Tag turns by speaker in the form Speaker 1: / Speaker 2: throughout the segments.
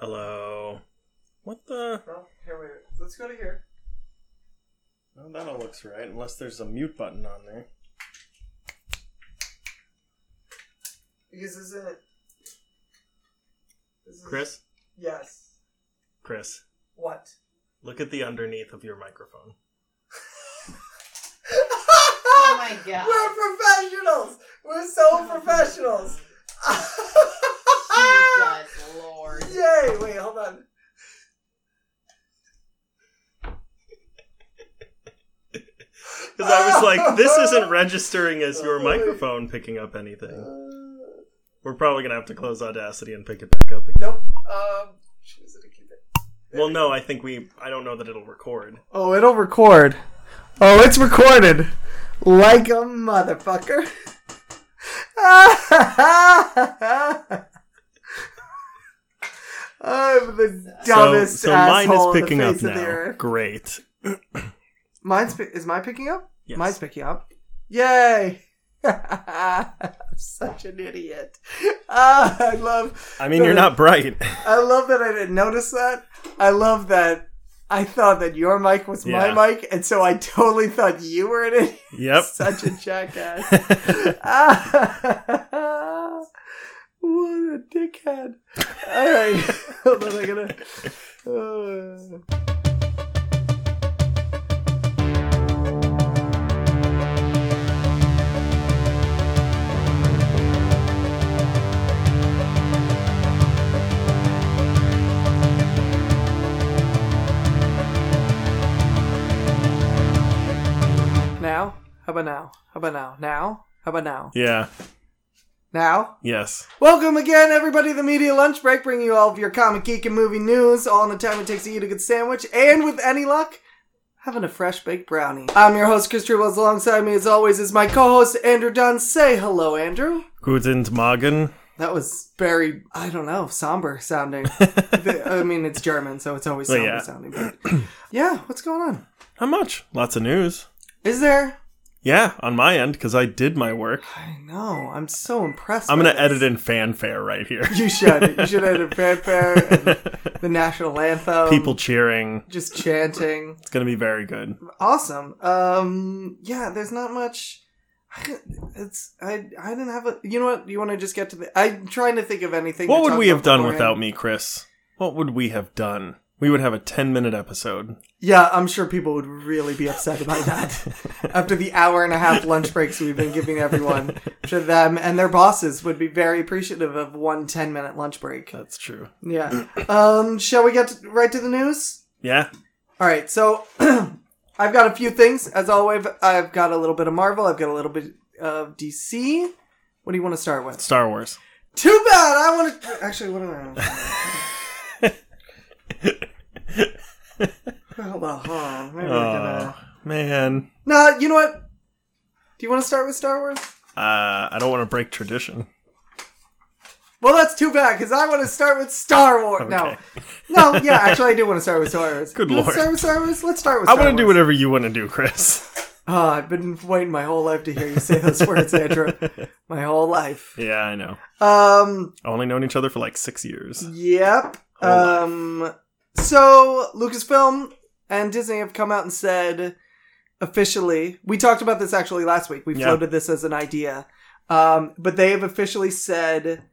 Speaker 1: Hello. What the?
Speaker 2: Well, here we are. Let's go to here.
Speaker 1: No, that all looks right, unless there's a mute button on there.
Speaker 2: Because this isn't. This is,
Speaker 1: Chris,
Speaker 2: Yes.
Speaker 1: Chris,
Speaker 2: What?
Speaker 1: look at the underneath of your microphone.
Speaker 3: Oh my god.
Speaker 2: We're professionals! We're so professionals!
Speaker 3: Jesus Lord.
Speaker 2: Yay! Wait, hold on.
Speaker 1: Because I was like, this isn't registering as your microphone picking up anything.
Speaker 2: Uh,
Speaker 1: We're probably gonna have to close Audacity and pick it back up again.
Speaker 2: nope. Um, choose it to keep it.
Speaker 1: Well, no, I think we. I don't know that it'll record.
Speaker 2: Oh, it'll record. Oh, it's recorded. Like a motherfucker. I'm the dumbest
Speaker 1: so, so mine
Speaker 2: asshole
Speaker 1: is picking
Speaker 2: on the
Speaker 1: up
Speaker 2: face of the
Speaker 1: now.
Speaker 2: earth.
Speaker 1: Great.
Speaker 2: Mine's pi- is mine picking up?
Speaker 1: Yes.
Speaker 2: Mine's picking up. Yay! I'm such an idiot. Ah, I love.
Speaker 1: I mean, you're not bright.
Speaker 2: I love that I didn't notice that. I love that. I thought that your mic was
Speaker 1: Yeah.
Speaker 2: my mic, and so I totally thought you were in it.
Speaker 1: yep.
Speaker 2: Such a jackass. Ah, what a dickhead. All right. Hold on, I gotta. Uh. Now? How about now? How about now? Now? How about now?
Speaker 1: yeah.
Speaker 2: Now?
Speaker 1: Yes.
Speaker 2: Welcome again, everybody, to the Media Lunch Break, bringing you all of your comic, geek, and movie news, all in the time it takes to eat a good sandwich, and with any luck, having a fresh baked brownie. I'm your host, Chris Tribbles. Alongside me, as always, is my co host, Andrew Dunn. Say hello, Andrew.
Speaker 1: Guten Morgen.
Speaker 2: That was very, I don't know, somber sounding. The- I mean, it's German, so it's always
Speaker 1: Well,
Speaker 2: somber
Speaker 1: yeah.
Speaker 2: sounding. But yeah, what's going on?
Speaker 1: How much? Lots of news.
Speaker 2: Is there?
Speaker 1: Yeah, on my end, because I did my work.
Speaker 2: I know. I'm so impressed.
Speaker 1: I'm
Speaker 2: by
Speaker 1: gonna
Speaker 2: this.
Speaker 1: edit in fanfare right here.
Speaker 2: You should. You should edit fanfare and the national anthem.
Speaker 1: People cheering.
Speaker 2: just chanting.
Speaker 1: It's gonna be very good.
Speaker 2: Awesome. Um, yeah, there's not much. It's I. I didn't have a. You know what? You want to just get to the. I'm trying to think of anything.
Speaker 1: What would we have done without me, Chris? What would we have done? We would have a 10 minute episode.
Speaker 2: Yeah, I'm sure people would really be upset about that. After the hour and a half lunch breaks we've been giving everyone, to them and their bosses would be very appreciative of one 10 minute lunch break.
Speaker 1: That's true.
Speaker 2: Yeah. Um, shall we get to, right to the news?
Speaker 1: Yeah.
Speaker 2: All right, so I've got a few things. As always, I've got a little bit of Marvel. I've got a little bit of DC. What do you want to start with?
Speaker 1: Star Wars.
Speaker 2: Too bad. I want to actually. What do I? Hold on. Hold on. Maybe I can, uh...
Speaker 1: Oh, man.
Speaker 2: No, you know what? Do you want to start with Star Wars?
Speaker 1: Uh, I don't want to break tradition.
Speaker 2: Well, that's too bad because I want to start with Star Wars. No,
Speaker 1: Okay.
Speaker 2: no, yeah, actually, I do want to start with Star Wars.
Speaker 1: Good
Speaker 2: Let's
Speaker 1: lord.
Speaker 2: start with Star Wars. Let's start with.
Speaker 1: I
Speaker 2: Star
Speaker 1: want to do
Speaker 2: Wars.
Speaker 1: whatever you want to do, Chris.
Speaker 2: Oh, I've been waiting my whole life to hear you say those words, Andrew. My whole life.
Speaker 1: Yeah, I know.
Speaker 2: Um,
Speaker 1: Only known each other for like six years.
Speaker 2: Yep.
Speaker 1: Whole life.
Speaker 2: Um, so Lucasfilm and Disney have come out and said officially. We talked about this actually last week. We
Speaker 1: Yeah.
Speaker 2: floated this as an idea, um, but they have officially said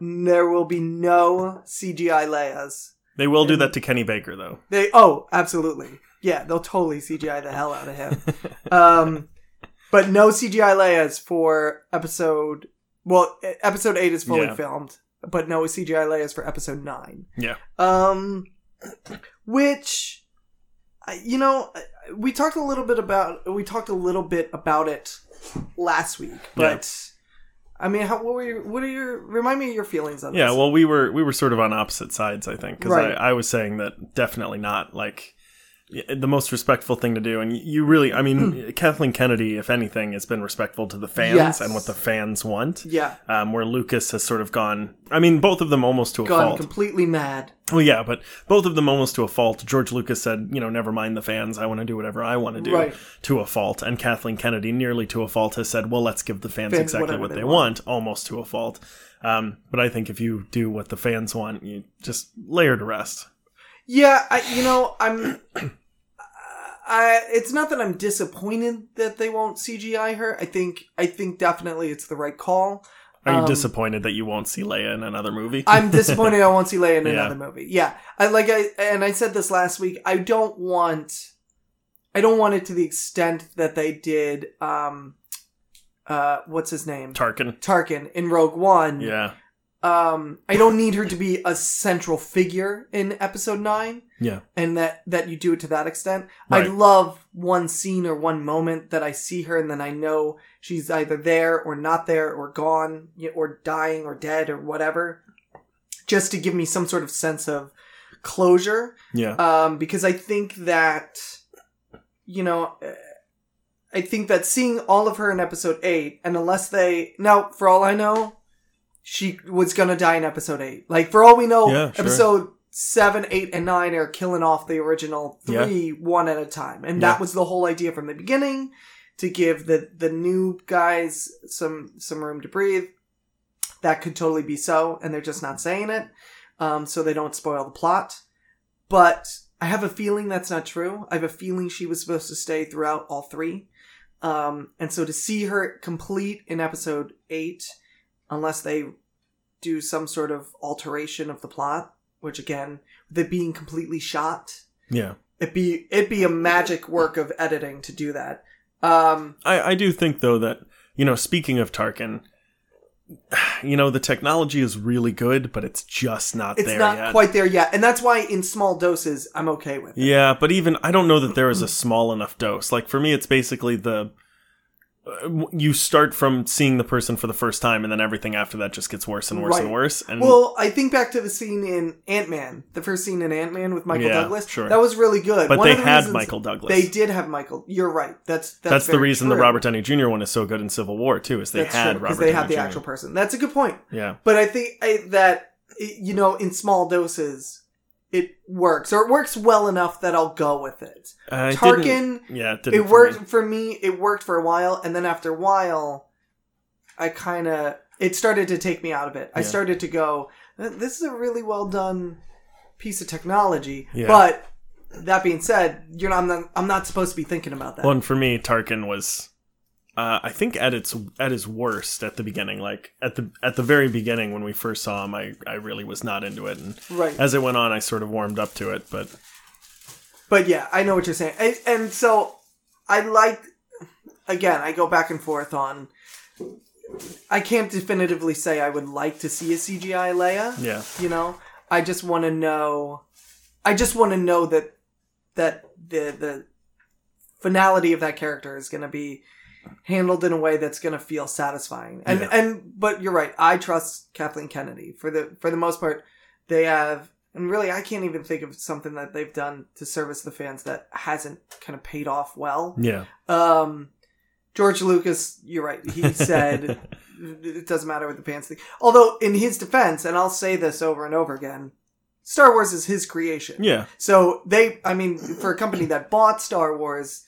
Speaker 2: there will be no CGI Leia's.
Speaker 1: They will do that to Kenny Baker, though.
Speaker 2: They oh, absolutely, yeah, they'll totally CGI the hell out of him. um, but no CGI Leia's for episode. Well, e- episode eight is fully
Speaker 1: Yeah.
Speaker 2: filmed, but no CGI Leia's for episode nine.
Speaker 1: Yeah.
Speaker 2: Um, which, I- you know, I- we talked a little bit about we talked a little bit about it last week, but I mean, how, what were your what are your remind me of your feelings on
Speaker 1: Yeah,
Speaker 2: this?
Speaker 1: well, we were we were sort of on opposite sides, I think, because
Speaker 2: Right.
Speaker 1: I, I was saying that definitely not like the most respectful thing to do. And you really, I mean, Kathleen Kennedy, if anything, has been respectful to the fans
Speaker 2: Yes.
Speaker 1: and what the fans want.
Speaker 2: Yeah.
Speaker 1: Um, where Lucas has sort of gone, I mean, both of them almost to a
Speaker 2: Gone
Speaker 1: fault.
Speaker 2: completely mad.
Speaker 1: well, yeah, but both of them almost to a fault. George Lucas said, you know, never mind the fans. I want to do whatever I want to do
Speaker 2: Right.
Speaker 1: to a fault. And Kathleen Kennedy, nearly to a fault, has said, well, let's give the fans,
Speaker 2: Fans
Speaker 1: exactly
Speaker 2: whatever
Speaker 1: what they,
Speaker 2: they
Speaker 1: want. almost to a fault. Um, but I think if you do what the fans want, you just layer to rest.
Speaker 2: Yeah, I, you know, I'm. I, it's not that I'm disappointed that they won't CGI her. I think I think definitely it's the right call.
Speaker 1: Are you
Speaker 2: Um,
Speaker 1: disappointed that you won't see Leia in another movie?
Speaker 2: I'm disappointed I won't see Leia in
Speaker 1: Yeah.
Speaker 2: another movie. Yeah. I like I and I said this last week, I don't want I don't want it to the extent that they did um uh what's his name?
Speaker 1: Tarkin.
Speaker 2: Tarkin in Rogue One.
Speaker 1: Yeah.
Speaker 2: Um I don't need her to be a central figure in episode 9
Speaker 1: Yeah.
Speaker 2: and that that you do it to that extent. I
Speaker 1: Right.
Speaker 2: love one scene or one moment that I see her and then I know she's either there or not there or gone y- or dying or dead or whatever, just to give me some sort of sense of closure.
Speaker 1: Yeah.
Speaker 2: Um, because I think that, you know, eh, I think that seeing all of her in episode eight, and unless they now, for all I know, she was gonna die in episode eight. Like for all we know,
Speaker 1: Yeah, sure.
Speaker 2: episode seven, eight, and nine are killing off the original
Speaker 1: Yeah.
Speaker 2: three one at a time, and
Speaker 1: Yeah.
Speaker 2: that was the whole idea from the beginning to give the the new guys some some room to breathe. That could totally be so, and they're just not saying it, um, so they don't spoil the plot but I have a feeling that's not true. I have a feeling she was supposed to stay throughout all three. Um, and so to see her complete in episode eight, unless they do some sort of alteration of the plot, which again, with it being completely shot,
Speaker 1: yeah.
Speaker 2: it be it be a magic work of editing to do that. Um,
Speaker 1: I, I do think though that, you know, speaking of Tarkin, you know, the technology is really good, but it's just not
Speaker 2: it's
Speaker 1: there
Speaker 2: not
Speaker 1: yet.
Speaker 2: quite there yet, and that's why in small doses I'm okay with. it.
Speaker 1: yeah, but even I don't know that there is a small enough dose. Like for me, it's basically the uh, you start from seeing the person for the first time, and then everything after that just gets worse and worse and
Speaker 2: Right.
Speaker 1: worse. And
Speaker 2: Well, I think back to the scene in Ant Man, the first scene in Ant Man with Michael
Speaker 1: Yeah,
Speaker 2: Douglas.
Speaker 1: sure.
Speaker 2: That was really good.
Speaker 1: but
Speaker 2: One
Speaker 1: they
Speaker 2: of the
Speaker 1: had
Speaker 2: reasons-
Speaker 1: Michael Douglas.
Speaker 2: They did have Michael. You're right. That's that's,
Speaker 1: That's, the
Speaker 2: very
Speaker 1: reason the
Speaker 2: true.
Speaker 1: Robert Downey Jr. one is so good in Civil War too, is they
Speaker 2: That's
Speaker 1: had
Speaker 2: true, 'cause
Speaker 1: Robert
Speaker 2: they
Speaker 1: Downey
Speaker 2: had the
Speaker 1: Jr.
Speaker 2: actual person. That's a good point.
Speaker 1: Yeah,
Speaker 2: But I think I, that it- you know, in small doses, it works, or it works well enough that I'll go with it.
Speaker 1: I
Speaker 2: Tarkin,
Speaker 1: Uh, didn't- Yeah, it, didn't
Speaker 2: it
Speaker 1: for
Speaker 2: worked
Speaker 1: me.
Speaker 2: for me. It worked for a while, and then after a while, I kind of it started to take me out of it. I
Speaker 1: Yeah.
Speaker 2: started to go, "This is a really well done piece of technology,"
Speaker 1: Yeah.
Speaker 2: but. That being said, you're not, I'm not. I'm not supposed to be thinking about that.
Speaker 1: Well, and for me, Tarkin was, uh, I think at its at his worst at the beginning, like at the at the very beginning when we first saw him, I I really was not into it, and
Speaker 2: right.
Speaker 1: as it went on, I sort of warmed up to it. But
Speaker 2: But yeah, I know what you're saying. And, and so I like, again, I go back and forth on. I can't definitively say I would like to see a CGI Leia.
Speaker 1: yeah,
Speaker 2: You know, I just want to know. I just want to know that that the the finality of that character is going to be handled in a way that's going to feel satisfying. And
Speaker 1: Yeah.
Speaker 2: and but you're right. I trust Kathleen Kennedy for the for the most part. They have and really I can't even think of something that they've done to service the fans that hasn't kind of paid off well.
Speaker 1: yeah,
Speaker 2: Um George Lucas, you're right. He said it doesn't matter what the fans think. Although in his defense, and I'll say this over and over again, Star Wars is his creation.
Speaker 1: yeah,
Speaker 2: So they, I mean, for a company that bought Star Wars,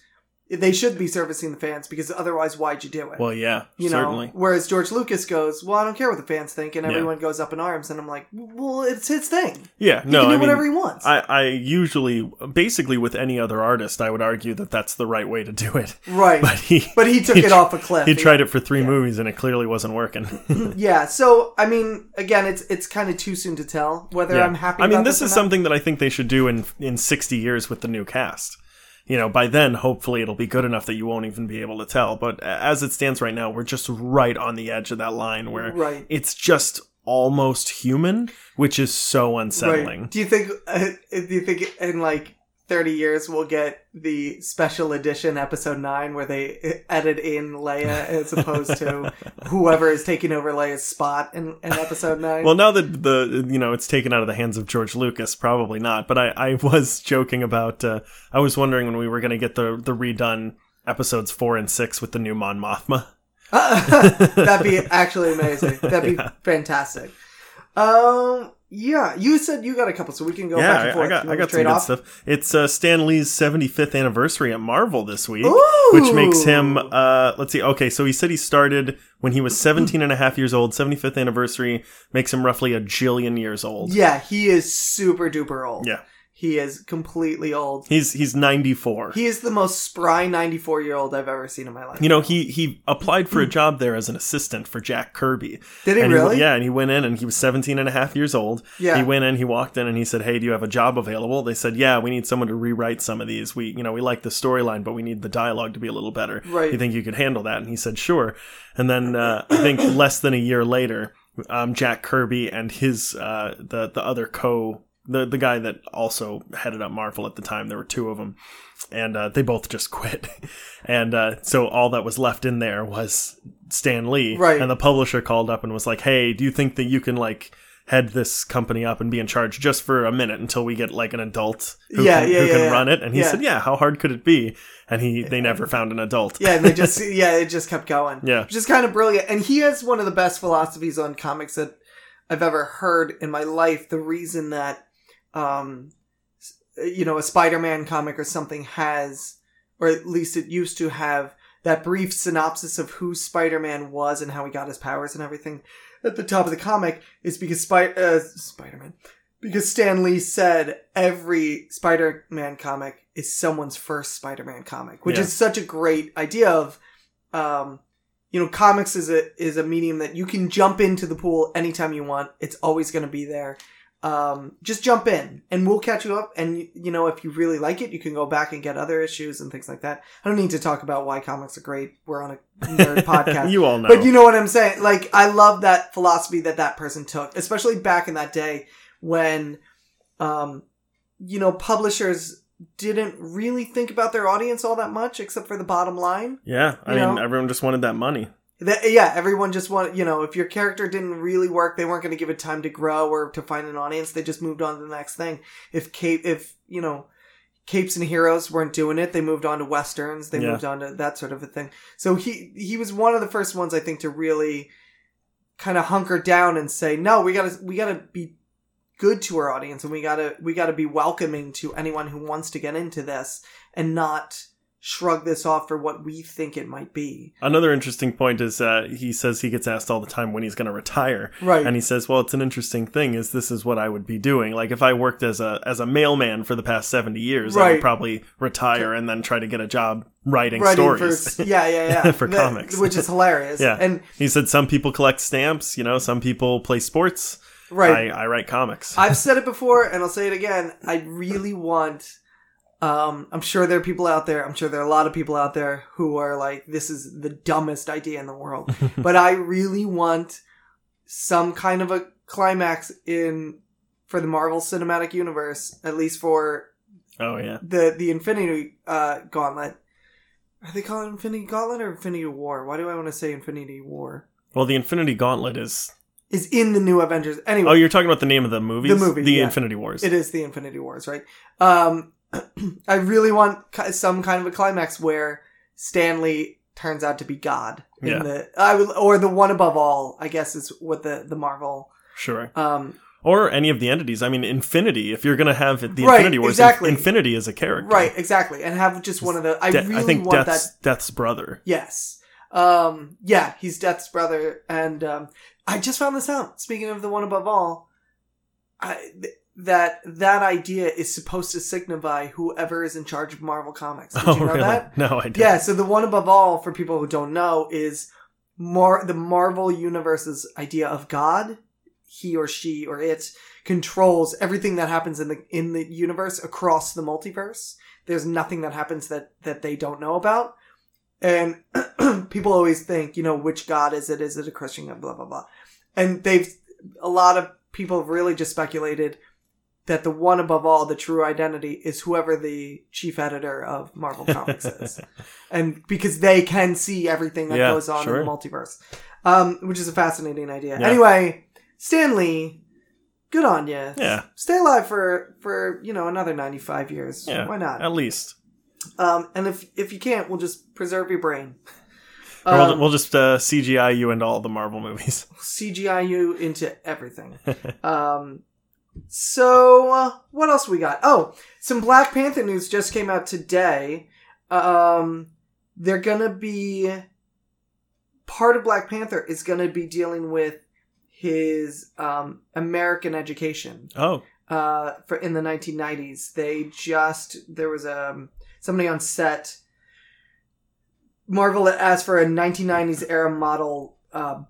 Speaker 2: they should be servicing the fans because otherwise, why'd you do it?
Speaker 1: well, yeah,
Speaker 2: you know.
Speaker 1: certainly.
Speaker 2: Whereas George Lucas goes, "Well, I don't care what the fans think," and
Speaker 1: Yeah.
Speaker 2: everyone goes up in arms. And I'm like, "Well, it's his thing.
Speaker 1: Yeah,
Speaker 2: He
Speaker 1: no, I
Speaker 2: can do
Speaker 1: mean,
Speaker 2: whatever he wants."
Speaker 1: I, I usually, basically with any other artist, I would argue that that's the right way to do it.
Speaker 2: right.
Speaker 1: But he,
Speaker 2: But he took
Speaker 1: he
Speaker 2: it
Speaker 1: tr-
Speaker 2: off a cliff.
Speaker 1: he tried it for three
Speaker 2: Yeah.
Speaker 1: movies and it clearly wasn't working.
Speaker 2: Yeah. So I mean, again, it's it's kind of too soon to tell whether
Speaker 1: Yeah.
Speaker 2: I'm happy.
Speaker 1: I mean,
Speaker 2: about
Speaker 1: this
Speaker 2: or
Speaker 1: is
Speaker 2: not.
Speaker 1: something that I think they should do in in 60 years with the new cast. You know, by then, hopefully, it'll be good enough that you won't even be able to tell. But a- as it stands right now, we're just right on the edge of that line where
Speaker 2: right.
Speaker 1: it's just almost human, which is so
Speaker 2: Right.
Speaker 1: unsettling.
Speaker 2: Do you think? Uh, do you think in like 30 years we'll get the special edition episode 9 where they edit in Leia as opposed to whoever is taking over Leia's spot in, in episode 9.
Speaker 1: Well, now that the you know it's taken out of the hands of George Lucas, probably not. But I, I was joking about. Uh, I was wondering when we were going to get the the redone episodes four and six with the new Mon Mothma.
Speaker 2: That'd be actually amazing. That'd be
Speaker 1: Yeah.
Speaker 2: fantastic. Um, yeah, you said you got a couple, so we can go back and
Speaker 1: yeah, I-
Speaker 2: forth.
Speaker 1: I got
Speaker 2: You
Speaker 1: I
Speaker 2: wanna
Speaker 1: got some
Speaker 2: trade
Speaker 1: good
Speaker 2: off?
Speaker 1: stuff. It's uh, Stan Lee's 75th anniversary at Marvel this week,
Speaker 2: Ooh!
Speaker 1: which makes him. Uh, let's see. Okay, so he said he started when he was 17 and a half years old. 75th anniversary makes him roughly a jillion years old.
Speaker 2: Yeah, he is super duper old.
Speaker 1: Yeah.
Speaker 2: he is completely old.
Speaker 1: He's he's 94.
Speaker 2: He is the most spry 94 year old I've ever seen in my life.
Speaker 1: you know, he he applied for a job there as an assistant for Jack Kirby.
Speaker 2: Hmm. Did he
Speaker 1: and
Speaker 2: really?
Speaker 1: yeah, and he went in and he was 17 and a half years old.
Speaker 2: Yeah.
Speaker 1: He went in, he walked in and he said, "Hey, do you have a job available?" They said, "Yeah, we need someone to rewrite some of these. We, you know, we like the storyline, but we need the dialogue to be a little better.
Speaker 2: Right.
Speaker 1: You think you could handle that?" And he said, "Sure." And then uh, I think less than a year later, um, Jack Kirby and his uh, the the other co the the guy that also headed up Marvel at the time, there were two of them, and uh, they both just quit. and uh, so all that was left in there was Stan Lee.
Speaker 2: Right.
Speaker 1: And the publisher called up and was like, "Hey, do you think that you can like head this company up and be in charge just for a minute until we get like an adult who
Speaker 2: Yeah,
Speaker 1: can,
Speaker 2: yeah,
Speaker 1: who
Speaker 2: yeah,
Speaker 1: can
Speaker 2: yeah.
Speaker 1: run it?" And he
Speaker 2: Yeah.
Speaker 1: said, "Yeah, how hard could it be?" And he they never found an adult.
Speaker 2: yeah, and they just yeah, it just kept going.
Speaker 1: Yeah.
Speaker 2: Which is kind of brilliant. And he has one of the best philosophies on comics that I've ever heard in my life. The reason that um s- you know, a Spider-Man comic or something has or at least it used to have that brief synopsis of who Spider-Man was and how he got his powers and everything at the top of the comic is because Spy- uh, Spider-Man because Stan Lee said every Spider-Man comic is someone's first Spider-Man comic, which
Speaker 1: Yeah.
Speaker 2: is such a great idea of, um, you know, comics is a is a medium that you can jump into the pool anytime you want. It's always going to be there. Um, just jump in, and we'll catch you up. And you know, if you really like it, you can go back and get other issues and things like that. I don't need to talk about why comics are great. We're on a nerd podcast.
Speaker 1: you all know.
Speaker 2: But you know what I'm saying? Like, I love that philosophy that that person took, especially back in that day when, um, you know, publishers didn't really think about their audience all that much, except for the bottom line.
Speaker 1: yeah, I
Speaker 2: you
Speaker 1: mean,
Speaker 2: know.
Speaker 1: everyone just wanted that money.
Speaker 2: That, yeah, everyone just wanted, you know, if your character didn't really work, they weren't going to give it time to grow or to find an audience. They just moved on to the next thing. If cape, if you know, capes and heroes weren't doing it, they moved on to westerns. They
Speaker 1: Yeah.
Speaker 2: moved on to that sort of a thing. So he he was one of the first ones I think to really kind of hunker down and say, no, we gotta we gotta be good to our audience and we gotta we gotta be welcoming to anyone who wants to get into this and not shrug this off for what we think it might be.
Speaker 1: Another interesting point is uh, he says he gets asked all the time when he's going to retire,
Speaker 2: Right.
Speaker 1: and he says, "Well, it's an interesting thing. Is this is what I would be doing? Like if I worked as a as a mailman for the past seventy years, I
Speaker 2: Right.
Speaker 1: would probably retire and then try to get a job writing, stories."
Speaker 2: For, yeah, yeah, yeah.
Speaker 1: For
Speaker 2: The-
Speaker 1: comics.
Speaker 2: which is hilarious.
Speaker 1: Yeah.
Speaker 2: and
Speaker 1: he said, "Some people collect stamps. You know, some people play sports.
Speaker 2: right,
Speaker 1: I, I write comics."
Speaker 2: I've said it before, and I'll say it again. I really want. Um, I'm sure there are people out there. I'm sure there are a lot of people out there who are like, "This is the dumbest idea in the world," but I really want some kind of a climax in for the Marvel Cinematic Universe, at least for
Speaker 1: oh yeah.
Speaker 2: the the Infinity uh, Gauntlet. Are they calling it Infinity Gauntlet or Infinity War? Why do I want to say Infinity War?
Speaker 1: Well, the Infinity Gauntlet is.
Speaker 2: is in the new Avengers.
Speaker 1: Oh,
Speaker 2: Anyway,
Speaker 1: you're talking about the name of the movie.
Speaker 2: The movie,
Speaker 1: the
Speaker 2: yeah.
Speaker 1: Infinity Wars.
Speaker 2: it is the Infinity Wars, right? Um, I really want ki- some kind of a climax where Stanley turns out to be God. in
Speaker 1: Yeah.
Speaker 2: The, I will, or the one above all, I guess, is what the the Marvel.
Speaker 1: Sure.
Speaker 2: Um,
Speaker 1: Or any of the entities. I mean, Infinity. If you're going to have the
Speaker 2: Right,
Speaker 1: Infinity Wars,
Speaker 2: exactly.
Speaker 1: Infinity is a character.
Speaker 2: right, exactly, and have just one of the. I
Speaker 1: De-
Speaker 2: really
Speaker 1: I think
Speaker 2: want that
Speaker 1: Death's Death's brother.
Speaker 2: Yes. Um, yeah, he's Death's brother, and um, I just found this out. Speaking of the one above all, I, th- that that idea is supposed to signify whoever is in charge of Marvel Comics. Did
Speaker 1: oh,
Speaker 2: you know
Speaker 1: really?
Speaker 2: that?
Speaker 1: No, I didn't.
Speaker 2: Yeah. So the one above all, for people who don't know, is more the Marvel universe's idea of God. He or she or it controls everything that happens in the in the universe across the multiverse. There's nothing that happens that that they don't know about. And people always think, you know, which God is it? Is it a Christian God? Blah blah blah. And they've a lot of people have really just speculated that the one above all, the true identity, is whoever the chief editor of Marvel Comics is. And because they can see everything that
Speaker 1: Yeah,
Speaker 2: goes on
Speaker 1: sure.
Speaker 2: in the multiverse, um, which is a fascinating idea.
Speaker 1: Yeah.
Speaker 2: Anyway, Stan Lee, good on you.
Speaker 1: Yeah,
Speaker 2: Stay alive for, for you know, another 95 years.
Speaker 1: Yeah.
Speaker 2: Why not?
Speaker 1: at least.
Speaker 2: Um, and if if you can't, we'll just preserve your brain.
Speaker 1: Or we'll,
Speaker 2: Um,
Speaker 1: we'll just uh, CGI you into all the Marvel movies.
Speaker 2: CGI you into everything. um, so uh, what else we got? Oh, some Black Panther news just came out today. Um, they're gonna be part of Black Panther is gonna be dealing with his um, American education
Speaker 1: Oh,
Speaker 2: uh, for in the 1990s. They just there was um somebody on set. Marvel asked for a 1990s era model uh,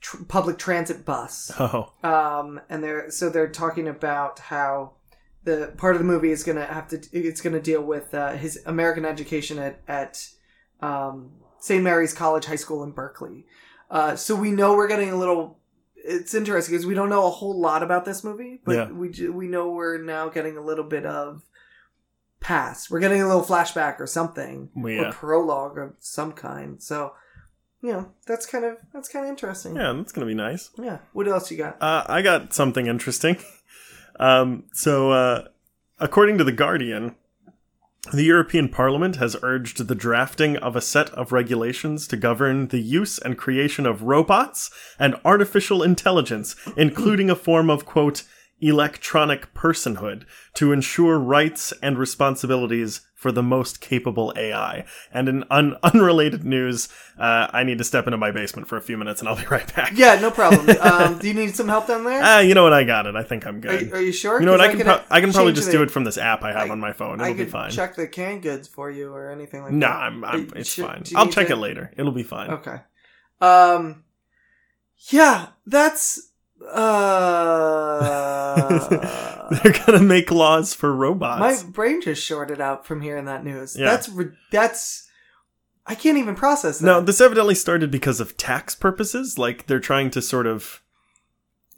Speaker 2: tr- public transit bus,
Speaker 1: oh,
Speaker 2: um, and they're so they're talking about how the part of the movie is gonna have to it's gonna deal with uh, his American education at at um, St. Mary's College High School in Berkeley. Uh, so we know we're getting a little. It's interesting because we don't know a whole lot about this movie, but
Speaker 1: Yeah.
Speaker 2: we do, we know we're now getting a little bit of past. We're getting a little flashback or something, or
Speaker 1: yeah,
Speaker 2: prologue of some kind. So, you know, that's kind of that's kind of interesting.
Speaker 1: yeah. That's gonna be nice.
Speaker 2: Yeah. What else you got?
Speaker 1: Uh, I got something interesting. Um, so, uh, according to The Guardian, the European Parliament has urged the drafting of a set of regulations to govern the use and creation of robots and artificial intelligence, including a form of, quote, electronic personhood to ensure rights and responsibilities for the most capable AI. And in un- unrelated news, uh, I need to step into my basement for a few minutes and I'll be right back.
Speaker 2: Yeah, no problem. um, do you need some help down there?
Speaker 1: Ah, you know what? I got it. I think I'm
Speaker 2: are,
Speaker 1: good.
Speaker 2: you- are you sure?
Speaker 1: you know what?
Speaker 2: 'Cause
Speaker 1: I can pro- I can probably
Speaker 2: change
Speaker 1: just
Speaker 2: the-
Speaker 1: do it from this app I have
Speaker 2: I-
Speaker 1: on my phone.
Speaker 2: I
Speaker 1: It'll be
Speaker 2: could
Speaker 1: fine.
Speaker 2: check the canned goods for you or anything like
Speaker 1: No,
Speaker 2: that.
Speaker 1: I'm, I'm
Speaker 2: Are you
Speaker 1: it's
Speaker 2: sure-
Speaker 1: fine.
Speaker 2: do you Oh.
Speaker 1: I'll
Speaker 2: need
Speaker 1: check
Speaker 2: to-
Speaker 1: it later. It'll be fine.
Speaker 2: Okay. Um. Yeah, that's. Uh,
Speaker 1: They're gonna make laws for robots.
Speaker 2: my brain just shorted out from hearing that news.
Speaker 1: Yeah.
Speaker 2: That's re- that's. I can't even process that.
Speaker 1: No, this evidently started because of tax purposes. Like they're trying to sort of,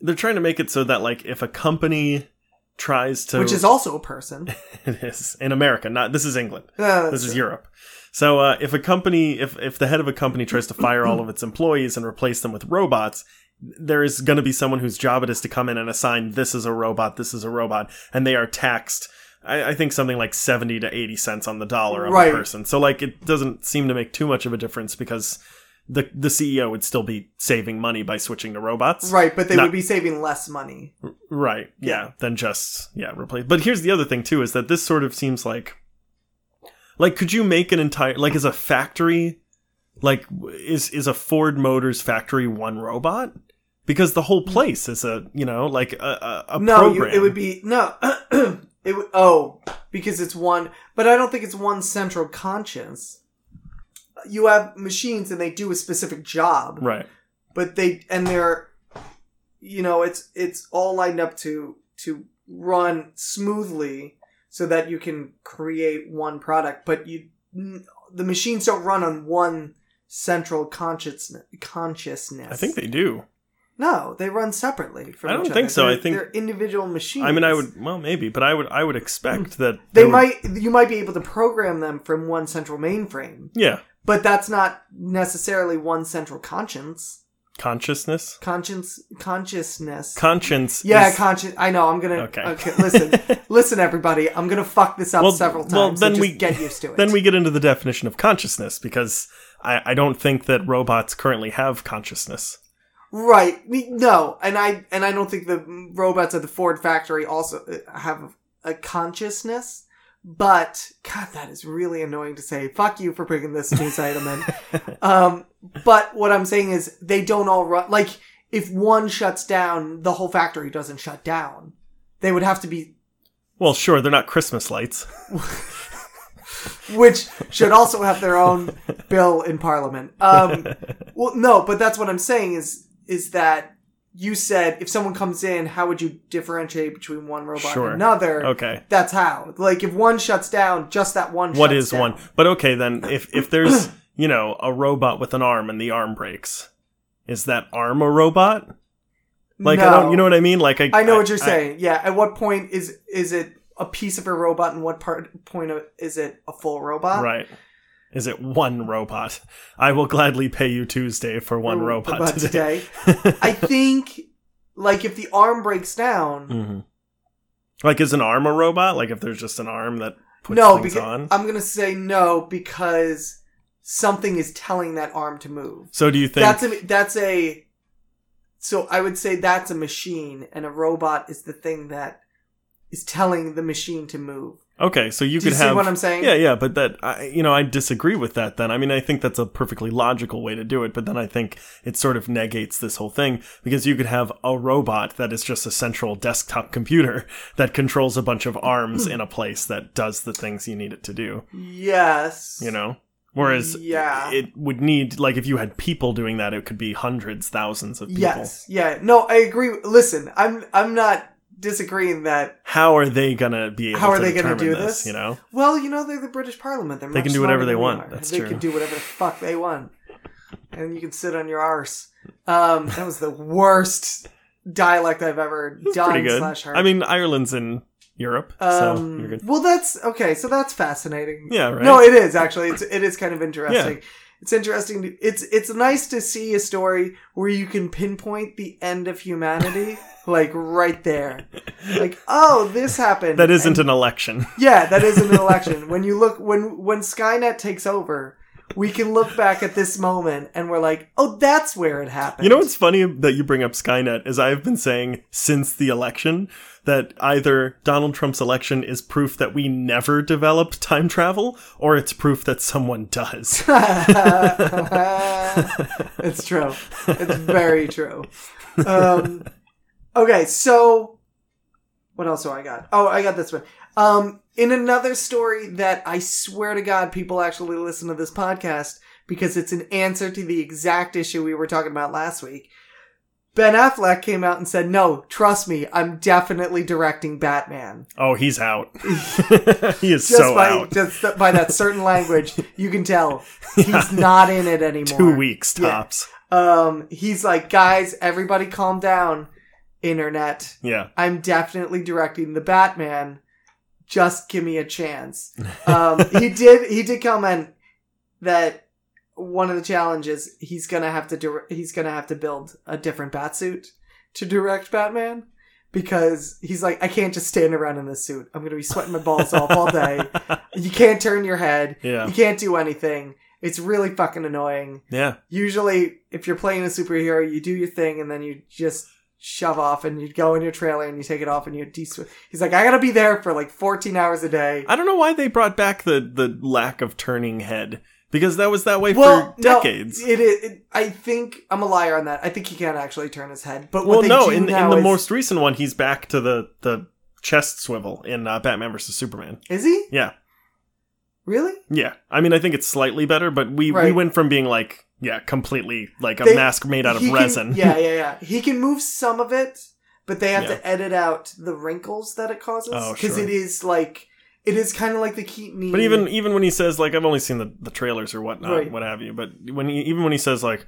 Speaker 1: they're trying to make it so that like if a company tries to,
Speaker 2: which is also a person.
Speaker 1: it is in America, not this is England.
Speaker 2: Yeah,
Speaker 1: this is
Speaker 2: your.
Speaker 1: Europe. So uh, if a company, if if the head of a company tries to fire all of its employees and replace them with robots, there is going to be someone whose job it is to come in and assign this is a robot, this is a robot, and they are taxed. I, I think something like seventy to eighty cents on the dollar of
Speaker 2: Right.
Speaker 1: a person. So like it doesn't seem to make too much of a difference because the the CEO would still be saving money by switching to robots.
Speaker 2: right, but they
Speaker 1: No.
Speaker 2: would be saving less money.
Speaker 1: Right. Yeah.
Speaker 2: Yeah.
Speaker 1: Than just yeah replace. But here's the other thing too is that this sort of seems like, like could you make an entire like is a factory, like w- is is a Ford Motors factory one robot? Because the whole place is a you know like a a, a
Speaker 2: Mm. no, you,
Speaker 1: program.
Speaker 2: it would be no. it would oh because it's one, but I don't think it's one central conscience. You have machines and they do a specific job.
Speaker 1: right.
Speaker 2: but they and they're you know it's it's all lined up to to run smoothly so that you can create one product but you n- the machines don't run on one central consciousness consciousness
Speaker 1: I think they do.
Speaker 2: no they run separately from
Speaker 1: I don't
Speaker 2: each
Speaker 1: think
Speaker 2: other.
Speaker 1: so. I
Speaker 2: They're-
Speaker 1: think-
Speaker 2: they're individual machines
Speaker 1: I mean, I would well maybe, but I would I would expect that
Speaker 2: Mm. they
Speaker 1: there would-
Speaker 2: might you might be able to program them from one central mainframe
Speaker 1: yeah
Speaker 2: but that's not necessarily one central conscience
Speaker 1: consciousness
Speaker 2: conscience consciousness
Speaker 1: conscience
Speaker 2: Yeah,
Speaker 1: is-
Speaker 2: conscious. I know. I'm gonna.
Speaker 1: Okay.
Speaker 2: Okay. listen, listen, everybody. I'm gonna fuck this up
Speaker 1: Well,
Speaker 2: several times.
Speaker 1: well,
Speaker 2: so
Speaker 1: then
Speaker 2: just
Speaker 1: we-
Speaker 2: get used to it.
Speaker 1: then we get into the definition of consciousness because I, I don't think that robots currently have consciousness.
Speaker 2: right. we- No, and I and I don't think the robots at the Ford factory also uh, have a consciousness. But God, that is really annoying to say. Fuck you for bringing this news item in. Um, but what I'm saying is they don't all run like if one shuts down, the whole factory doesn't shut down. They would have to be
Speaker 1: Well, sure, they're not Christmas lights.
Speaker 2: which should also have their own bill in parliament. Um, well, no, but that's what I'm saying is is that you said if someone comes in, how would you differentiate between one robot
Speaker 1: Sure.
Speaker 2: and another?
Speaker 1: Okay.
Speaker 2: That's how. Like if one shuts down, just that one.
Speaker 1: What
Speaker 2: shuts
Speaker 1: is
Speaker 2: down.
Speaker 1: one? But okay, then if if there's, you know, a robot with an arm and the arm breaks, is that arm a robot? Like I
Speaker 2: No.
Speaker 1: don't, you know what I mean? Like I,
Speaker 2: I know what you're
Speaker 1: I-
Speaker 2: saying. yeah. At what point is is it a piece of a robot, and what part point of, is it a full robot?
Speaker 1: right? Is it one robot? I will gladly pay you Tuesday for one
Speaker 2: Ooh,
Speaker 1: robot
Speaker 2: about
Speaker 1: today.
Speaker 2: I think, like, if the arm breaks down,
Speaker 1: hmm Like, is an arm a robot? Like, if there's just an arm that puts
Speaker 2: no,
Speaker 1: things
Speaker 2: because
Speaker 1: on.
Speaker 2: I'm gonna say no because something is telling that arm to move.
Speaker 1: so do you think?
Speaker 2: That's a that's a. So I would say that's a machine, and a robot is the thing that is telling the machine to move.
Speaker 1: okay, so you
Speaker 2: Do
Speaker 1: could
Speaker 2: you see
Speaker 1: have.
Speaker 2: what I'm saying?
Speaker 1: yeah, yeah, but that I, you know, I disagree with that. Then I mean, I think that's a perfectly logical way to do it. But then I think it sort of negates this whole thing because you could have a robot that is just a central desktop computer that controls a bunch of arms in a place that does the things you need it to do.
Speaker 2: Yes.
Speaker 1: You know, whereas
Speaker 2: Yeah.
Speaker 1: it would need like if you had people doing that, it could be hundreds, thousands of people.
Speaker 2: Yes. Yeah. No, I agree. Listen, I'm I'm not disagreeing that.
Speaker 1: how are they gonna be able
Speaker 2: How are
Speaker 1: to
Speaker 2: they gonna
Speaker 1: determine
Speaker 2: do this?
Speaker 1: You know,
Speaker 2: Well, you know, they're the British Parliament. They're
Speaker 1: They
Speaker 2: much
Speaker 1: can do whatever
Speaker 2: smarter
Speaker 1: they
Speaker 2: than we
Speaker 1: want.
Speaker 2: are.
Speaker 1: That's
Speaker 2: they
Speaker 1: true.
Speaker 2: can do whatever the fuck they want, and you can sit on your arse. Um, that was the worst dialect I've ever done.
Speaker 1: pretty good.
Speaker 2: Slash heard.
Speaker 1: I mean, Ireland's in Europe, so you're
Speaker 2: Um,
Speaker 1: good.
Speaker 2: well, that's okay. So that's fascinating.
Speaker 1: Yeah, right.
Speaker 2: No, it is actually. It's it is kind of interesting. It's interesting. To, it's it's nice to see a story where you can pinpoint the end of humanity, like right there. Like, oh, this happened.
Speaker 1: that isn't an election.
Speaker 2: And- yeah, that isn't an election. when you look when when Skynet takes over, we can look back at this moment and we're like, oh, that's where it happened.
Speaker 1: You know what's funny that you bring up Skynet is I've been saying since the election that either Donald Trump's election is proof that we never developed time travel or it's proof that someone does.
Speaker 2: it's true. It's very true. Um, okay, so what else do I got? Oh, I got this one. Um, in another story that I swear to God, people actually listen to this podcast because it's an answer to the exact issue we were talking about last week. Ben Affleck came out and said, "No, trust me, I'm definitely directing Batman."
Speaker 1: oh, he's out. he is
Speaker 2: Just
Speaker 1: so
Speaker 2: by
Speaker 1: out.
Speaker 2: just th- by that certain language, you can tell he's not in it anymore.
Speaker 1: Two weeks
Speaker 2: Yeah.
Speaker 1: tops.
Speaker 2: Um, he's like, guys, everybody calm down, internet.
Speaker 1: Yeah.
Speaker 2: I'm definitely directing the Batman. Just give me a chance. Um, he did. He did comment that one of the challenges he's gonna have to dir- he's gonna have to build a different batsuit to direct Batman because he's like, I can't just stand around in this suit. I'm gonna be sweating my balls off all day. You can't turn your head.
Speaker 1: Yeah.
Speaker 2: You can't do anything. It's really fucking annoying
Speaker 1: Yeah.
Speaker 2: usually if you're playing a superhero you do your thing and then you just shove off and you go in your trailer and you take it off and you de- he's like i gotta be there for like 14 hours a day
Speaker 1: I don't know why they brought back the the lack of turning head because that was that way for
Speaker 2: no,
Speaker 1: decades.
Speaker 2: it, it, it i think i'm a liar on that i think he can actually turn his head but what
Speaker 1: well,
Speaker 2: they
Speaker 1: no,
Speaker 2: do
Speaker 1: in, in
Speaker 2: now
Speaker 1: the
Speaker 2: is,
Speaker 1: most recent one, he's back to the the chest swivel in uh, Batman vs Superman.
Speaker 2: is he
Speaker 1: Yeah.
Speaker 2: really
Speaker 1: Yeah, I mean, I think it's slightly better, but we we
Speaker 2: Right.
Speaker 1: went from being like yeah, completely like a
Speaker 2: They-
Speaker 1: mask made out of
Speaker 2: He can-
Speaker 1: resin.
Speaker 2: yeah yeah yeah he can move some of it but they have
Speaker 1: Yeah.
Speaker 2: to edit out the wrinkles that it causes
Speaker 1: Oh,
Speaker 2: because
Speaker 1: sure.
Speaker 2: it is like it is kind of like the keaton
Speaker 1: But even even when he says like I've only seen the, the trailers or whatnot,
Speaker 2: Right.
Speaker 1: what have you. But when he, even when he says like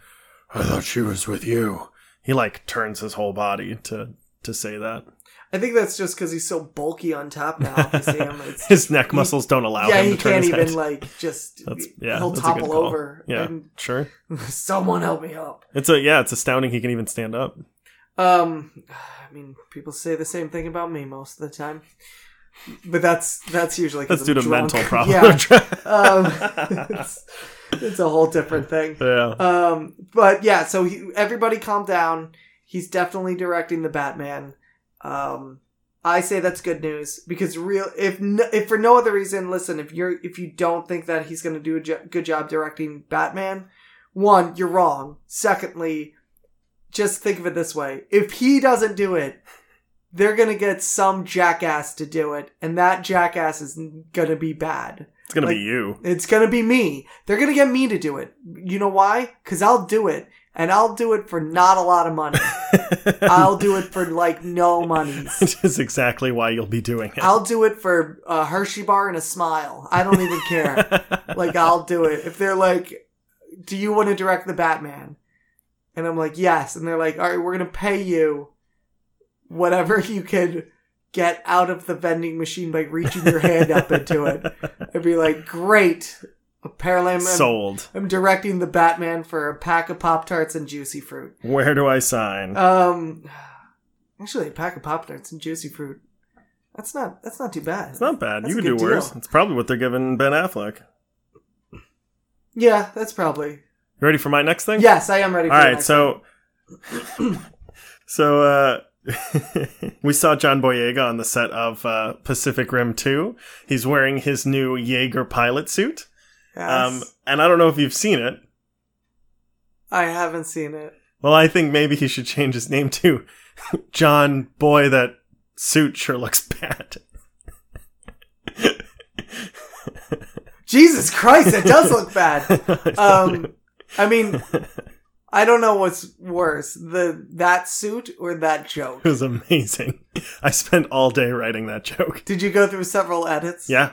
Speaker 1: I thought she was with you, he like turns his whole body to to say that
Speaker 2: I think that's just because he's so bulky on top now. Obviously, I'm- it's-
Speaker 1: his neck muscles don't allow
Speaker 2: yeah,
Speaker 1: him to
Speaker 2: he
Speaker 1: turn
Speaker 2: can't
Speaker 1: his
Speaker 2: even
Speaker 1: head.
Speaker 2: like just.
Speaker 1: That's- yeah,
Speaker 2: he'll
Speaker 1: that's a good
Speaker 2: topple
Speaker 1: call.
Speaker 2: over.
Speaker 1: Yeah.
Speaker 2: and-
Speaker 1: sure,
Speaker 2: someone help me up.
Speaker 1: it's a yeah, it's astounding he can even stand up.
Speaker 2: Um, I mean, people say the same thing about me most of the time, but that's that's usually
Speaker 1: That's
Speaker 2: 'cause
Speaker 1: due
Speaker 2: I'm
Speaker 1: to
Speaker 2: drunk.
Speaker 1: mental problem.
Speaker 2: Yeah, um, it's, it's a whole different thing.
Speaker 1: yeah.
Speaker 2: Um, but yeah, so he, everybody calm down. He's definitely directing the Batman. Um, I say that's good news because real if no, if for no other reason, listen, if you're if you don't think that he's going to do a jo- good job directing Batman, one, you're wrong. Secondly, just think of it this way. If he doesn't do it, they're going to get some jackass to do it, and that jackass is going to be bad.
Speaker 1: It's gonna
Speaker 2: like-
Speaker 1: be you.
Speaker 2: It's gonna be me. They're gonna get me to do it. You know why? Cause I'll do it. And I'll do it for not a lot of money. I'll do it for like no monies.
Speaker 1: Which is exactly why you'll be doing it.
Speaker 2: I'll do it for a Hershey bar and a smile. I don't even care. like I'll do it. If they're like, do you want to direct the Batman? And I'm like, yes. And they're like, all right, we're gonna pay you whatever you can get out of the vending machine by reaching your hand up into it. I'd be like, great. Apparently, I'm,
Speaker 1: Sold.
Speaker 2: I'm directing the Batman for a pack of Pop Tarts and Juicy Fruit.
Speaker 1: Where do I sign?
Speaker 2: Um, actually, a pack of Pop Tarts and Juicy Fruit. That's not that's not too bad.
Speaker 1: it's not bad.
Speaker 2: that's
Speaker 1: You
Speaker 2: a
Speaker 1: could do
Speaker 2: good
Speaker 1: worse.
Speaker 2: deal.
Speaker 1: It's probably what they're giving Ben Affleck. You
Speaker 2: yeah, that's probably.
Speaker 1: ready for my next thing?
Speaker 2: Yes, I am ready.
Speaker 1: All
Speaker 2: for the
Speaker 1: right.
Speaker 2: next
Speaker 1: So, so uh, we saw John Boyega on the set of uh, Pacific Rim Two. He's wearing his new Jaeger pilot suit.
Speaker 2: one.
Speaker 1: Um,
Speaker 2: Yes.
Speaker 1: and I don't know if you've seen it.
Speaker 2: I haven't seen it.
Speaker 1: Well, I think maybe he should change his name to John Boy. That suit sure looks bad.
Speaker 2: Jesus Christ, it does look bad. Um, I mean,
Speaker 1: it
Speaker 2: I don't know what's worse, the that suit or that joke.
Speaker 1: was amazing. I spent all day writing that joke.
Speaker 2: Did you go through several edits?
Speaker 1: Yeah,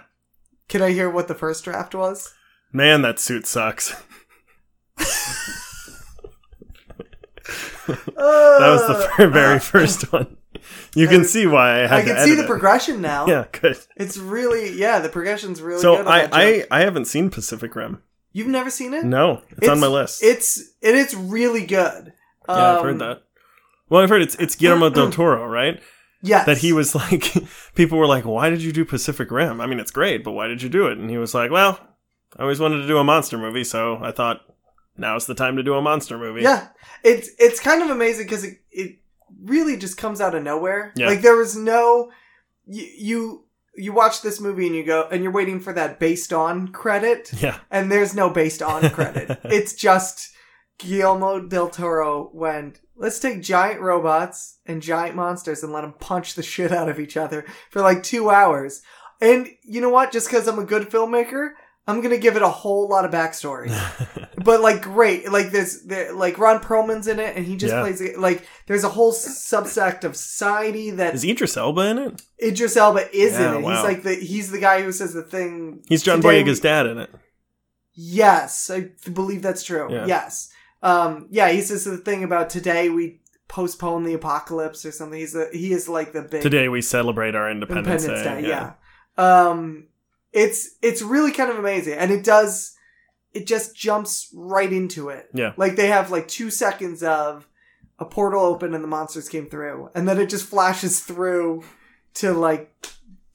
Speaker 2: Can I hear what the first draft was?
Speaker 1: man, that suit sucks. That was the fir- very first one. You can see why I had
Speaker 2: Uh, I
Speaker 1: to
Speaker 2: can see
Speaker 1: edit
Speaker 2: the
Speaker 1: it.
Speaker 2: progression now.
Speaker 1: Yeah, good.
Speaker 2: It's really yeah, the progression's really
Speaker 1: so
Speaker 2: good. on
Speaker 1: I,
Speaker 2: that joke.
Speaker 1: I I haven't seen Pacific Rim.
Speaker 2: You've never seen it?
Speaker 1: No, it's, on my list.
Speaker 2: It's and it's really good.
Speaker 1: yeah, I've
Speaker 2: Um,
Speaker 1: heard that. Well, I've heard it's it's Guillermo del Toro, right?
Speaker 2: Yes.
Speaker 1: that he was like people were like why did you do pacific rim i mean it's great but why did you do it and he was like well i always wanted to do a monster movie so i thought now's the time to do a monster movie
Speaker 2: Yeah. It's it's kind of amazing because it, it really just comes out of nowhere.
Speaker 1: Yeah.
Speaker 2: Like there was no you, you you watch this movie and you go and you're waiting for that based on credit
Speaker 1: yeah
Speaker 2: and there's no based on credit. it's just Guillermo del Toro went let's take giant robots and giant monsters and let them punch the shit out of each other for like 2 hours. And you know what? Just cuz I'm a good filmmaker, I'm going to give it a whole lot of backstory but like great like there's there, like ron perlman's in it and he just
Speaker 1: Yeah.
Speaker 2: plays it like there's a whole subsect of society that
Speaker 1: is idris elba in it
Speaker 2: idris elba is
Speaker 1: Yeah,
Speaker 2: in it
Speaker 1: wow.
Speaker 2: he's like the he's the guy who says the thing
Speaker 1: he's john
Speaker 2: Today we-
Speaker 1: boyega's dad in it
Speaker 2: yes i believe that's true
Speaker 1: Yeah.
Speaker 2: yes um yeah he says the thing about today we postpone the apocalypse or something he's the he is like the big
Speaker 1: today we celebrate our independence, day,
Speaker 2: yeah. Um it's it's really kind of amazing and it does it just jumps right into it.
Speaker 1: Yeah.
Speaker 2: Like they have like 2 seconds of a portal open and the monsters came through and then it just flashes through to like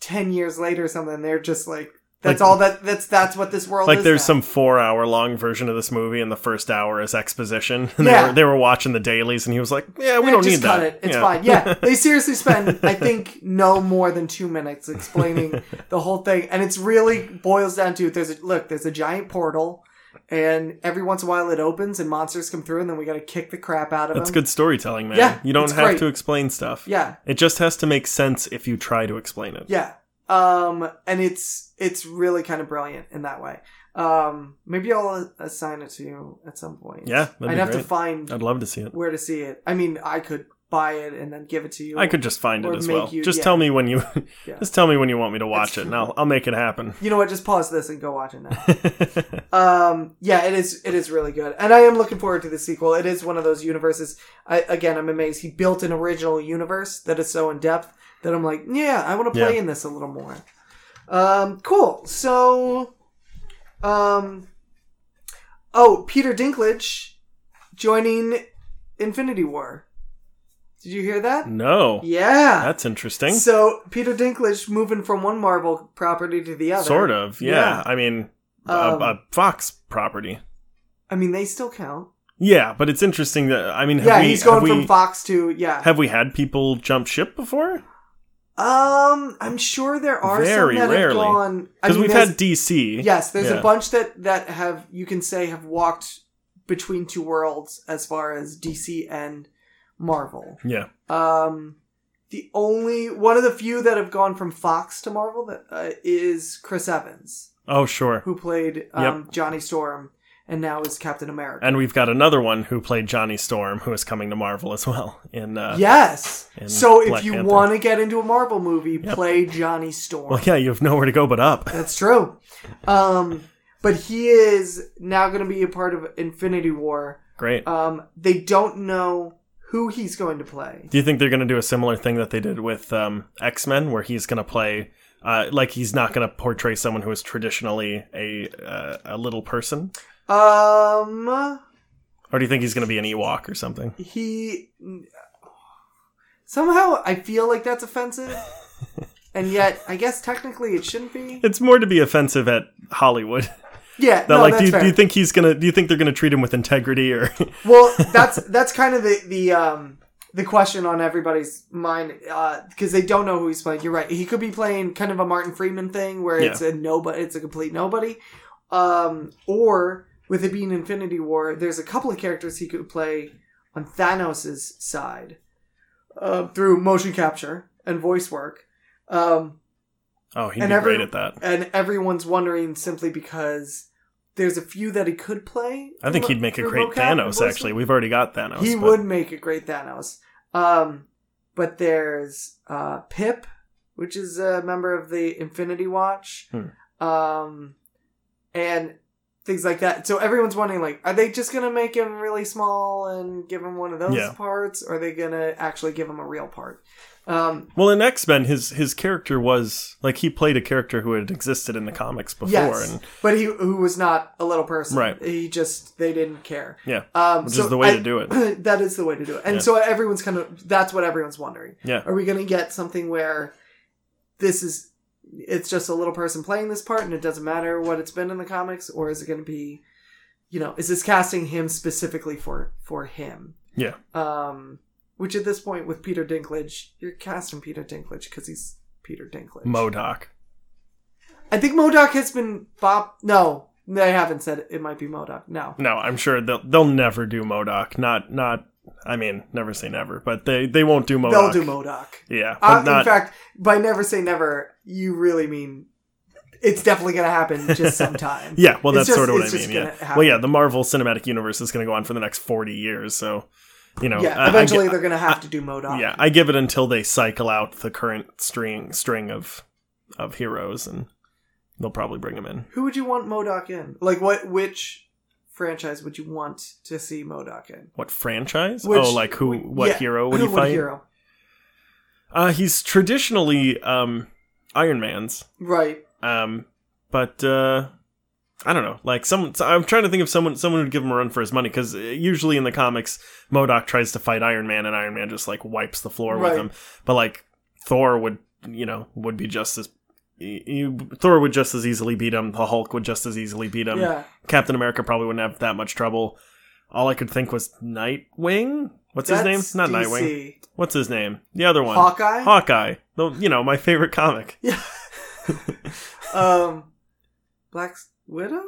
Speaker 2: 10 years later or something and they're just like that's
Speaker 1: Like-
Speaker 2: all that that's that's what this world is.
Speaker 1: like there's
Speaker 2: now.
Speaker 1: some four hour long version of this movie and the first hour is exposition and
Speaker 2: Yeah.
Speaker 1: they, were, they were watching the dailies and he was like yeah we
Speaker 2: Yeah,
Speaker 1: don't
Speaker 2: just
Speaker 1: need
Speaker 2: cut
Speaker 1: that
Speaker 2: It. It's
Speaker 1: Yeah.
Speaker 2: fine. Yeah, they seriously spend I think no more than two minutes explaining the whole thing, and it's really boils down to there's a look there's a giant portal, and every once in a while it opens and monsters come through, and then we got to kick the crap out of
Speaker 1: that's
Speaker 2: them.
Speaker 1: good storytelling man
Speaker 2: Yeah,
Speaker 1: you don't
Speaker 2: it's
Speaker 1: have
Speaker 2: great.
Speaker 1: to explain stuff
Speaker 2: Yeah,
Speaker 1: It just has to make sense if you try to explain it.
Speaker 2: yeah, um, and it's it's really kind of brilliant in that way. Um, maybe I'll assign it to you at some point.
Speaker 1: Yeah, that'd
Speaker 2: I'd
Speaker 1: be
Speaker 2: have
Speaker 1: great.
Speaker 2: to find
Speaker 1: I'd love to see it.
Speaker 2: where to see it. I mean, I could buy it and then give it to you.
Speaker 1: I could just find
Speaker 2: or
Speaker 1: it as
Speaker 2: make
Speaker 1: well.
Speaker 2: you-
Speaker 1: just
Speaker 2: yeah.
Speaker 1: tell me when you
Speaker 2: Yeah.
Speaker 1: just tell me when you want me to watch
Speaker 2: That's
Speaker 1: it
Speaker 2: true.
Speaker 1: and I'll, I'll make it happen.
Speaker 2: You know what? Just pause this and go watch it now. um yeah it is it is really good and i am looking forward to the sequel it is one of those universes i again i'm amazed he built an original universe that is so in-depth that i'm like yeah i want to play
Speaker 1: Yeah.
Speaker 2: in this a little more um cool so um oh peter dinklage joining infinity war did you hear that
Speaker 1: no.
Speaker 2: yeah
Speaker 1: That's interesting.
Speaker 2: so peter dinklage moving from one marvel property to the other
Speaker 1: sort of. Yeah.
Speaker 2: Yeah.
Speaker 1: I mean
Speaker 2: Um,
Speaker 1: a, a Fox property.
Speaker 2: i mean they still count
Speaker 1: Yeah, but it's interesting that I mean have
Speaker 2: yeah
Speaker 1: we,
Speaker 2: he's going
Speaker 1: have
Speaker 2: from
Speaker 1: we,
Speaker 2: fox to yeah
Speaker 1: have we had people jump ship before?
Speaker 2: Um, I'm sure there are
Speaker 1: Very
Speaker 2: some that
Speaker 1: rarely.
Speaker 2: have gone. I
Speaker 1: Because
Speaker 2: mean,
Speaker 1: we've
Speaker 2: there's-
Speaker 1: had DC.
Speaker 2: yes, there's
Speaker 1: yeah.
Speaker 2: a bunch that that have you can say have walked between two worlds as far as DC and Marvel.
Speaker 1: Yeah.
Speaker 2: Um, the only one of the few that have gone from Fox to Marvel that uh, is Chris Evans,
Speaker 1: Oh sure.
Speaker 2: who played um, Johnny Storm and now is Captain America.
Speaker 1: And we've got another one who played Johnny Storm who is coming to Marvel as well in uh,
Speaker 2: yes.
Speaker 1: and
Speaker 2: So if
Speaker 1: Black
Speaker 2: you
Speaker 1: Panther.
Speaker 2: want to get into a Marvel movie,
Speaker 1: Yep.
Speaker 2: play Johnny Storm.
Speaker 1: Well yeah, you have nowhere to go but up.
Speaker 2: That's true. Um, but he is now going to be a part of Infinity War.
Speaker 1: Great.
Speaker 2: Um, they don't know who he's going to play.
Speaker 1: Do you think they're going to do a similar thing that they did with um, X Men, where he's going to play, uh, like he's not going to portray someone who is traditionally a uh, a little person,
Speaker 2: Um,
Speaker 1: or do you think he's going to be an Ewok or something?
Speaker 2: he somehow I feel like that's offensive, and yet I guess technically it shouldn't be.
Speaker 1: It's more to be offensive at Hollywood.
Speaker 2: Yeah,
Speaker 1: That
Speaker 2: no,
Speaker 1: like,
Speaker 2: that's
Speaker 1: do you,
Speaker 2: fair.
Speaker 1: do you think he's gonna? Do you think they're gonna treat him with integrity or?
Speaker 2: well, that's that's kind of the the um the question on everybody's mind because they don't know who he's playing. You're right. He could be playing kind of a Martin Freeman thing where it's a nobody, it's a complete nobody, um, or with it being Infinity War, there's a couple of characters he could play on Thanos' side uh, through motion capture and voice work. Um,
Speaker 1: Oh, he'd
Speaker 2: And
Speaker 1: be
Speaker 2: every-
Speaker 1: great at that.
Speaker 2: and everyone's wondering simply because there's a few that he could play.
Speaker 1: I think
Speaker 2: Ro-
Speaker 1: he'd make a
Speaker 2: through
Speaker 1: great
Speaker 2: vocab and voice
Speaker 1: Thanos. Actually,
Speaker 2: work.
Speaker 1: we've already got Thanos.
Speaker 2: he
Speaker 1: but-
Speaker 2: would make a great Thanos. Um, but there's uh, Pip, which is a member of the Infinity Watch,
Speaker 1: Hmm.
Speaker 2: um, and things like that. So everyone's wondering, like, are they just gonna make him really small and give him one of those
Speaker 1: Yeah.
Speaker 2: parts, or are they gonna actually give him a real part? Um,
Speaker 1: Well, in X Men, his his character was like he played a character who had existed in the comics before,
Speaker 2: Yes.
Speaker 1: and
Speaker 2: but he who was not a little person,
Speaker 1: Right.
Speaker 2: He just they didn't care.
Speaker 1: yeah,
Speaker 2: Um,
Speaker 1: which
Speaker 2: so
Speaker 1: is the way
Speaker 2: I-
Speaker 1: to do it.
Speaker 2: that is the way to do it. And
Speaker 1: Yeah.
Speaker 2: so everyone's kind of that's what everyone's wondering.
Speaker 1: Yeah.
Speaker 2: Are we going to get something where this is it's just a little person playing this part and it doesn't matter what it's been in the comics or is it going to be you know, is this casting him specifically for for him?
Speaker 1: Yeah.
Speaker 2: Um which at this point with Peter Dinklage, you're casting Peter Dinklage cuz he's Peter Dinklage.
Speaker 1: Modoc.
Speaker 2: I think Modoc has been Bob No, they haven't said it, it might be Modoc. No.
Speaker 1: No, I'm sure they'll they'll never do Modoc. Not not. I mean, never say never, but they they won't do Modoc.
Speaker 2: They'll do Modoc.
Speaker 1: Yeah,
Speaker 2: Uh,
Speaker 1: but not.
Speaker 2: in fact, by never say never, you really mean it's definitely going to happen just sometime.
Speaker 1: yeah, well, that's
Speaker 2: It's just-
Speaker 1: sort of what
Speaker 2: it's
Speaker 1: I
Speaker 2: just
Speaker 1: mean. Yeah.
Speaker 2: gonna happen.
Speaker 1: Well, yeah, the Marvel Cinematic Universe is going to go on for the next forty years, so you know, I- I
Speaker 2: yeah.
Speaker 1: get-
Speaker 2: Eventually, they're going to have to do Modoc.
Speaker 1: yeah, I give it until they cycle out the current string string of of heroes, and they'll probably bring them in.
Speaker 2: Who would you want Modoc in? Like, what? Which franchise would you want to see Modoc in?
Speaker 1: What franchise?
Speaker 2: Which-
Speaker 1: oh, like who? What
Speaker 2: yeah,
Speaker 1: hero would
Speaker 2: who
Speaker 1: he fight?
Speaker 2: hero?
Speaker 1: Uh, he's traditionally um, Iron Man's,
Speaker 2: Right.
Speaker 1: um, but uh, I don't know. Like some, so I'm trying to think of someone someone who'd give him a run for his money because usually in the comics, Modoc tries to fight Iron Man, and Iron Man just like wipes the floor
Speaker 2: Right.
Speaker 1: with him. But like Thor would, you know, would be just as. he- he- Thor would just as easily beat him. The Hulk would just as easily beat him.
Speaker 2: yeah.
Speaker 1: Captain America probably wouldn't have that much trouble. All I could think was Nightwing. What's his name?
Speaker 2: That's
Speaker 1: Not
Speaker 2: DC.
Speaker 1: Nightwing. What's his name? The other one.
Speaker 2: Hawkeye.
Speaker 1: Hawkeye. The, you know, my favorite comic.
Speaker 2: yeah. um, Black Widow.